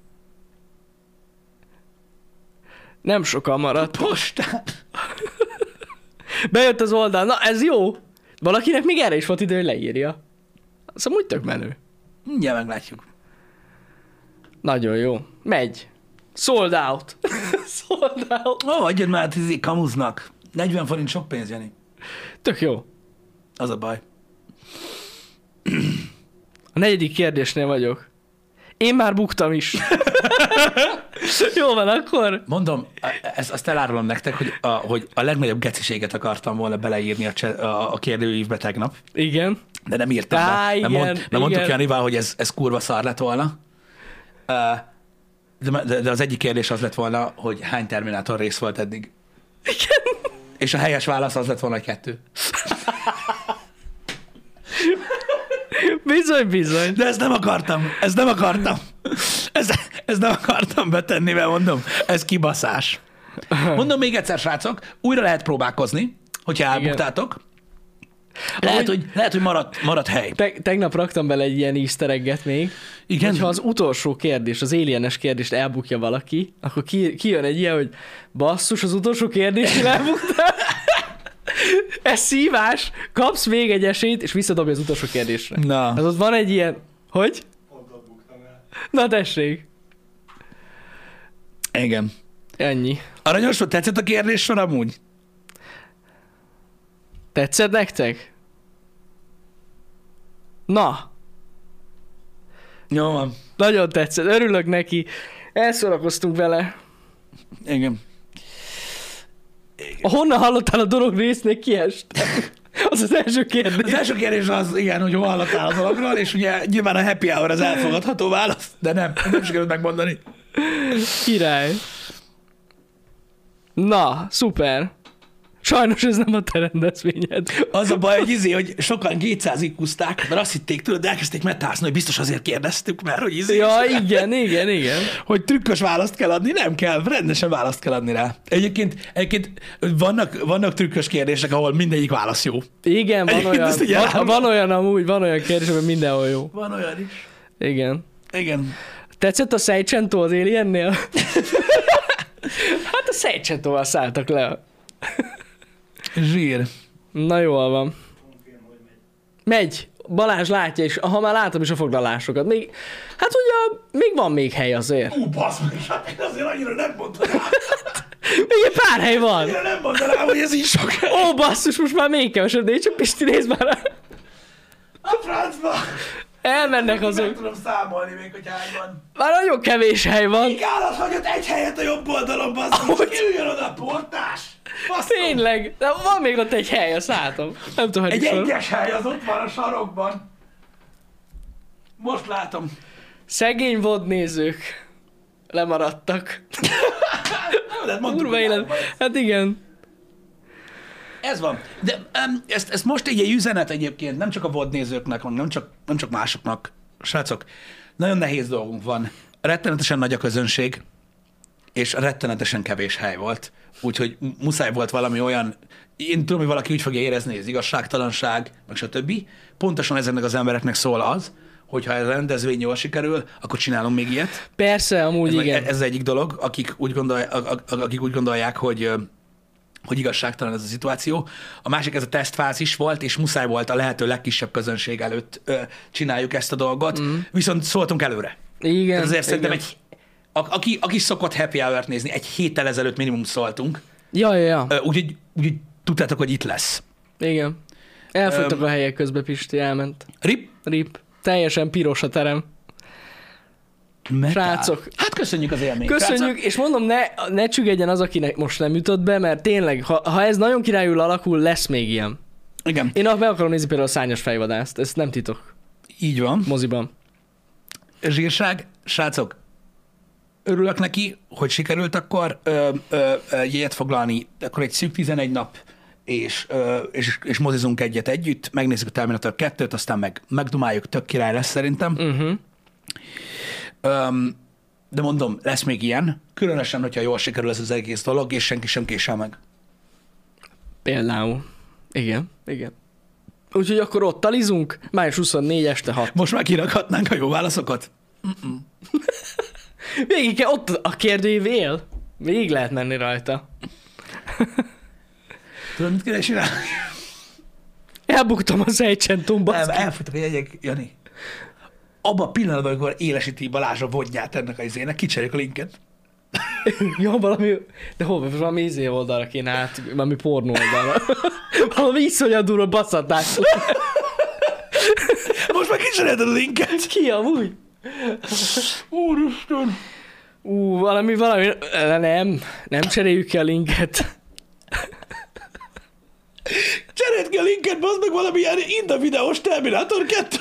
Speaker 1: Nem sokan maradt.
Speaker 2: Postát.
Speaker 1: Bejött az oldal. Na, ez jó. Valakinek még erre is volt idő, hogy leírja. Az amúgy tök menő.
Speaker 2: Mindjárt meglátjuk.
Speaker 1: Nagyon jó. Megy. Sold out. Sold out.
Speaker 2: Ó, adjad már tízig kamuznak. 40 forint sok pénz, Jani.
Speaker 1: Tök jó.
Speaker 2: Az a baj.
Speaker 1: A negyedik kérdésnél vagyok. Én már buktam is. jó van, akkor
Speaker 2: Mondom, ezt azt elárulom nektek, hogy a, hogy a legnagyobb geciséget akartam volna beleírni a, cse- a, a kérdőívbe tegnap,
Speaker 1: igen.
Speaker 2: de nem írtam
Speaker 1: Á,
Speaker 2: be.
Speaker 1: igen,
Speaker 2: nem, mond,
Speaker 1: igen.
Speaker 2: nem mondtuk Janival, hogy ez, ez kurva szar lett volna. Ö, De, de, de az egyik kérdés az lett volna, hogy hány Terminátor rész volt eddig. Igen. És a helyes válasz az lett volna, hogy kettő.
Speaker 1: Bizony, bizony.
Speaker 2: De ezt nem akartam, ezt nem akartam. Ezt, ezt nem akartam betenni, mert mondom, ez kibaszás. Mondom még egyszer, srácok, újra lehet próbálkozni, hogyha elbuktátok. Lehet, hogy, lehet, hogy maradt, maradt hely.
Speaker 1: Te- tegnap raktam bele egy ilyen easter egget még.
Speaker 2: Igen?
Speaker 1: Hogyha az utolsó kérdés, az alienes kérdést elbukja valaki, akkor ki, kijön egy ilyen, hogy basszus, az utolsó kérdést elbuktál. Ez szívás, kapsz még egy esélyt, és visszadobja az utolsó kérdésre.
Speaker 2: Na.
Speaker 1: Az ott van egy ilyen, hogy? Na tessék,
Speaker 2: Igen.
Speaker 1: ennyi.
Speaker 2: Aranyos volt, tetszett a kérdéssor amúgy?
Speaker 1: Tetszett nektek? Na,
Speaker 2: Jó van.
Speaker 1: nagyon tetszett, örülök neki. Elszórakoztunk vele.
Speaker 2: Igen.
Speaker 1: A Honnan hallottál a dolog résznek kiest? Az az első
Speaker 2: Az
Speaker 1: kérdés.
Speaker 2: első kérdés az, igen, hogy hol hallottál a dologról, és ugye nyilván a happy hour az elfogadható válasz, de nem, nem sikerült megmondani.
Speaker 1: Király. Na, szuper. Sajnos ez nem a te rendezvényed.
Speaker 2: Az a baj, hogy izé, hogy sokan 200 kúzták, mert azt hitték, tudod, elkezdték metázni, hogy biztos azért kérdeztük, mert hogy izé,
Speaker 1: Ja, igen, igen, igen.
Speaker 2: hogy trükkös választ kell adni, nem kell, rendesen választ kell adni rá. Egyébként, egyébként vannak, vannak trükkös kérdések, ahol mindegyik válasz jó.
Speaker 1: Igen, van
Speaker 2: Egyébként
Speaker 1: olyan.
Speaker 2: ezt így elárulom.
Speaker 1: Van, van olyan amúgy, van olyan kérdés, ami mindenhol jó.
Speaker 2: Van olyan is.
Speaker 1: Igen.
Speaker 2: Igen.
Speaker 1: Tetszett a Seicento az Aliennél? hát a Seicentoval szálltak le.
Speaker 2: Zsír.
Speaker 1: Na jól van. Megy. Balázs látja is, ha már látom is a foglalásokat. Még, hát ugye, még van még hely azért.
Speaker 2: Ú, basz meg, hát én azért annyira nem mondanám,
Speaker 1: Még egy pár hely van.
Speaker 2: annyira nem mondanám, hogy ez így sok.
Speaker 1: Ó, basszus, most már még kevesebb, de én csak Pisti nézd már. rá.
Speaker 2: A francba.
Speaker 1: Elmennek
Speaker 2: Meg
Speaker 1: azok.
Speaker 2: tudom számolni még, hogy hányban.
Speaker 1: Már nagyon kevés hely van.
Speaker 2: Még állat hagyott egy helyet a jobb oldalon, basz. Hogy jöjjön oda a portás? Baszom,
Speaker 1: Tényleg, de van még ott egy hely, azt látom. Nem tudom, hogy
Speaker 2: egy
Speaker 1: sor.
Speaker 2: egyes hely az ott van a sarokban. Most látom.
Speaker 1: Szegény vodnézők lemaradtak.
Speaker 2: Nem, de mondtuk,
Speaker 1: Kurva
Speaker 2: hogy
Speaker 1: élet. Hát igen.
Speaker 2: Ez van. De um, ezt, ezt most így egy üzenet egyébként, nem csak a vodnézőknek, meg nem csak, nem csak másoknak. Srácok, nagyon nehéz dolgunk van. Rettenetesen nagy a közönség, és rettenetesen kevés hely volt. Úgyhogy mu- muszáj volt valami olyan, én tudom, hogy valaki úgy fogja érezni, hogy ez igazságtalanság, meg stb. Pontosan ezeknek az embereknek szól az, hogyha ez a rendezvény jól sikerül, akkor csinálunk még ilyet.
Speaker 1: Persze, amúgy
Speaker 2: Ez,
Speaker 1: igen.
Speaker 2: igen. ez az egyik dolog, akik úgy, gondolják, akik úgy gondolják, hogy ö, hogy igazságtalan ez a szituáció. A másik, ez a tesztfázis volt, és muszáj volt a lehető legkisebb közönség előtt ö, csináljuk ezt a dolgot, mm. viszont szóltunk előre.
Speaker 1: igen.
Speaker 2: Igen, ezért szerintem
Speaker 1: igen.
Speaker 2: egy, a, aki, aki szokott happy hour nézni, egy héttel ezelőtt minimum szóltunk,
Speaker 1: Ja, ja, ja.
Speaker 2: Ö, úgyhogy úgy, tudtátok, hogy itt lesz.
Speaker 1: Igen. Elfogytak a helyek közben, Pisti elment.
Speaker 2: Rip,
Speaker 1: Rip. Teljesen piros a terem.
Speaker 2: metál.
Speaker 1: Srácok.
Speaker 2: Hát köszönjük az élményt.
Speaker 1: Köszönjük, és mondom, ne, ne csüggedjen az, akinek most nem jutott be, mert tényleg, ha, ha ez nagyon királyul alakul, lesz még ilyen.
Speaker 2: Srácok, igen,
Speaker 1: Én meg akarom nézni például a szányos fejvadászt, ez nem titok,
Speaker 2: így van.
Speaker 1: moziban.
Speaker 2: zsírság, srácok, örülök neki, hogy sikerült akkor ö, ö, ö, jegyet foglalni, akkor egy szűk 11 nap, és, ö, és, és mozizunk egyet együtt, megnézzük a Terminator 2-t, aztán meg megdumáljuk, tök király lesz szerintem.
Speaker 1: Mhm.
Speaker 2: Uh-huh. Öm, de mondom, lesz még ilyen, különösen, hogyha jól sikerül ez az egész dolog, és senki sem késel meg.
Speaker 1: Például. Igen, igen. Úgyhogy akkor ott talizunk, május 24 este 6.
Speaker 2: Most már kirakhatnánk a jó válaszokat?
Speaker 1: Végig kell, ott a kérdőív él. Végig lehet menni rajta.
Speaker 2: Tudod, mit kéne csinálni?
Speaker 1: Elbuktam a Szejcsentumba.
Speaker 2: Nem, elfogytak a jegyek, Jani. Abba a pillanatban, amikor élesíti Balázs a vodját ennek a izének, kicseréljük a linket.
Speaker 1: Ja, valami, de hol, valami izé oldalra kéne át, valami pornó oldalra. valami iszonyat durva baszatás.
Speaker 2: Most már kicserélted a linket.
Speaker 1: Ki amúgy?
Speaker 2: Úristen.
Speaker 1: Ú, valami, valami, nem, nem cseréljük ki a linket.
Speaker 2: Cseréld ki a linket, bazd meg valami ilyen inda videós Terminátor 2.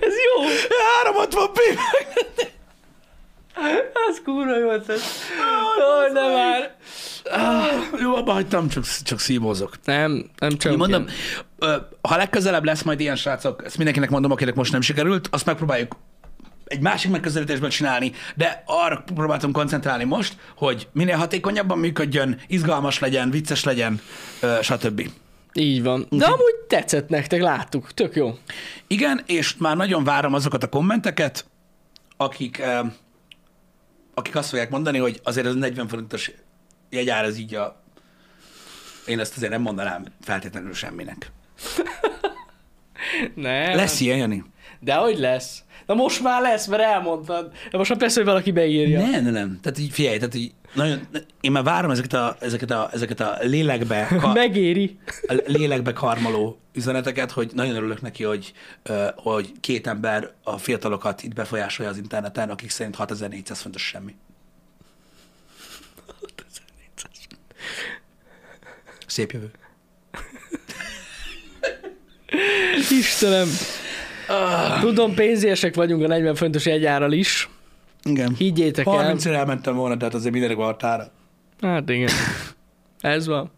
Speaker 1: Ez jó,
Speaker 2: 360p meg.
Speaker 1: az kurva jó ötlet. Jaj, nem már.
Speaker 2: Ah, Jó, abba hagytam, csak, csak szívózok.
Speaker 1: Nem, nem csak.
Speaker 2: Én mondom, ö, ha legközelebb lesz majd ilyen srácok, ezt mindenkinek mondom, akinek most nem sikerült, azt megpróbáljuk egy másik megközelítésben csinálni, de arra próbáltam koncentrálni most, hogy minél hatékonyabban működjön, izgalmas legyen, vicces legyen, ö, stb.
Speaker 1: Így van. De amúgy tetszett nektek, láttuk, tök jó.
Speaker 2: Igen, és már nagyon várom azokat a kommenteket, akik, ö, akik azt fogják mondani, hogy azért az 40 forintos jegyár az így a... Én ezt azért nem mondanám feltétlenül semminek.
Speaker 1: Nem.
Speaker 2: Lesz ilyen, Jani?
Speaker 1: De hogy lesz? Na most már lesz, mert elmondtad. De most már persze, hogy valaki beírja.
Speaker 2: Ja. Nem, nem, nem. Tehát így figyelj, tehát így nagyon, én már várom ezeket a, ezeket a, ezeket a lélekbe, ka,
Speaker 1: Megéri.
Speaker 2: a lélekbe karmaló üzeneteket, hogy nagyon örülök neki, hogy, ö, hogy két ember a fiatalokat itt befolyásolja az interneten, akik szerint 6400 fontos semmi. Szép jövő.
Speaker 1: Istenem.
Speaker 2: Ah.
Speaker 1: Tudom, pénzések vagyunk a 40 fontos jegyárral is.
Speaker 2: Igen.
Speaker 1: Higgyétek el.
Speaker 2: 30 elmentem volna, tehát azért mindenek van határa.
Speaker 1: Hát igen. Ez van.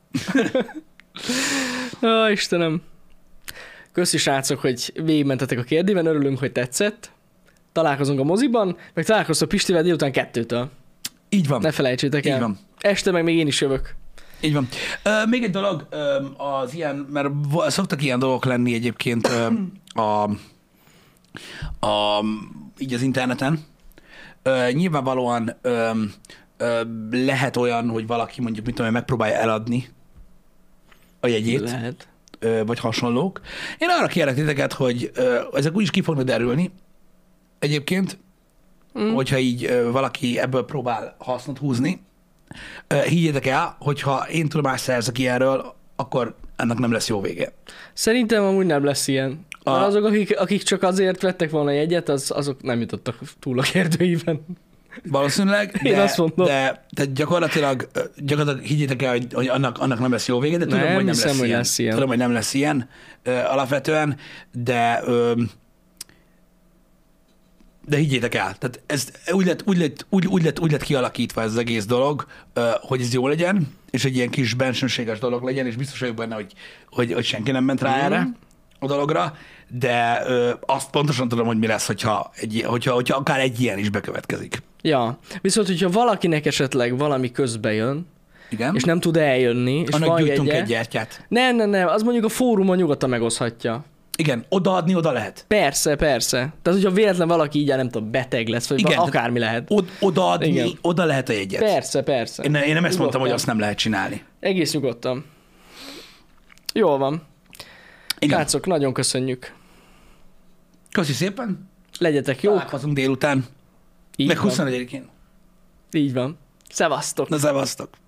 Speaker 1: Ó, Istenem. Köszi srácok, hogy végigmentetek a kérdében, örülünk, hogy tetszett. Találkozunk a moziban, meg találkoztok Pistivel délután kettőtől.
Speaker 2: Így van.
Speaker 1: Ne felejtsétek
Speaker 2: Így
Speaker 1: el.
Speaker 2: van.
Speaker 1: Este meg még én is jövök.
Speaker 2: Így van. Ö, még egy dolog, ö, az ilyen, mert vo- szoktak ilyen dolgok lenni egyébként ö, a, a, így az interneten. Ö, nyilvánvalóan ö, ö, lehet olyan, hogy valaki mondjuk, mit tudom, én, megpróbálja eladni a jegyét,
Speaker 1: Lehet.
Speaker 2: ö, vagy hasonlók. Én arra kérlek titeket, hogy ö, ezek úgyis ki fognak derülni egyébként, mm. hogyha így ö, valaki ebből próbál hasznot húzni. Ö, higgyétek el, hogyha én tudomást szerzek ilyenről, akkor ennek nem lesz jó vége.
Speaker 1: Szerintem amúgy nem lesz ilyen. A...
Speaker 2: A-
Speaker 1: Azok, akik, akik csak azért vettek volna jegyet, az, azok nem jutottak túl a kérdőiben.
Speaker 2: Valószínűleg, de,
Speaker 1: Én azt mondom.
Speaker 2: de tehát gyakorlatilag, ö, gyakorlatilag higgyétek el, hogy, hogy annak, annak nem lesz jó vége, de tudom,
Speaker 1: Nem
Speaker 2: hogy nem
Speaker 1: hiszem,
Speaker 2: lesz,
Speaker 1: hogy
Speaker 2: ilyen.
Speaker 1: lesz ilyen.
Speaker 2: Tudom, hogy nem lesz ilyen ö, alapvetően, de ö, de higgyétek el, tehát ez úgy lett, úgy lett, úgy, úgy lett, úgy lett kialakítva ez az egész dolog, ö, hogy ez jó legyen, és egy ilyen kis bensőséges dolog legyen, és biztos vagyok benne, hogy, hogy, hogy senki nem ment
Speaker 1: Mhm.
Speaker 2: rá erre a dologra, de ö, azt pontosan tudom, hogy mi lesz, hogyha, egy, hogyha, hogyha akár egy ilyen is bekövetkezik.
Speaker 1: Ja, viszont hogyha valakinek esetleg valami közbe jön,
Speaker 2: Igen?
Speaker 1: és nem tud eljönni, és
Speaker 2: Annak
Speaker 1: van
Speaker 2: gyújtunk
Speaker 1: jegye,
Speaker 2: egy gyertyát.
Speaker 1: Nem, nem, nem, az mondjuk a fórumon nyugodtan megoszhatja.
Speaker 2: Igen, odaadni oda lehet.
Speaker 1: Persze, persze. Tehát, hogyha véletlen valaki így, nem tudom, beteg lesz, vagy
Speaker 2: Igen,
Speaker 1: Igen,
Speaker 2: tehát
Speaker 1: akármi lehet.
Speaker 2: Od- odaadni,
Speaker 1: Igen.
Speaker 2: Igen. oda lehet a jegyet.
Speaker 1: Persze, persze.
Speaker 2: Én, én nem ezt mondtam, hogy
Speaker 1: Nyugodtan.
Speaker 2: azt nem lehet csinálni.
Speaker 1: Egész nyugodtan. Jól van.
Speaker 2: Igen.
Speaker 1: Látszok, nagyon köszönjük.
Speaker 2: Köszi szépen.
Speaker 1: Legyetek
Speaker 2: Jó.
Speaker 1: jók.
Speaker 2: Találkozunk délután.
Speaker 1: Így
Speaker 2: Meg
Speaker 1: van.
Speaker 2: 24-én.
Speaker 1: Így van. Szevasztok.
Speaker 2: Na, szevasztok.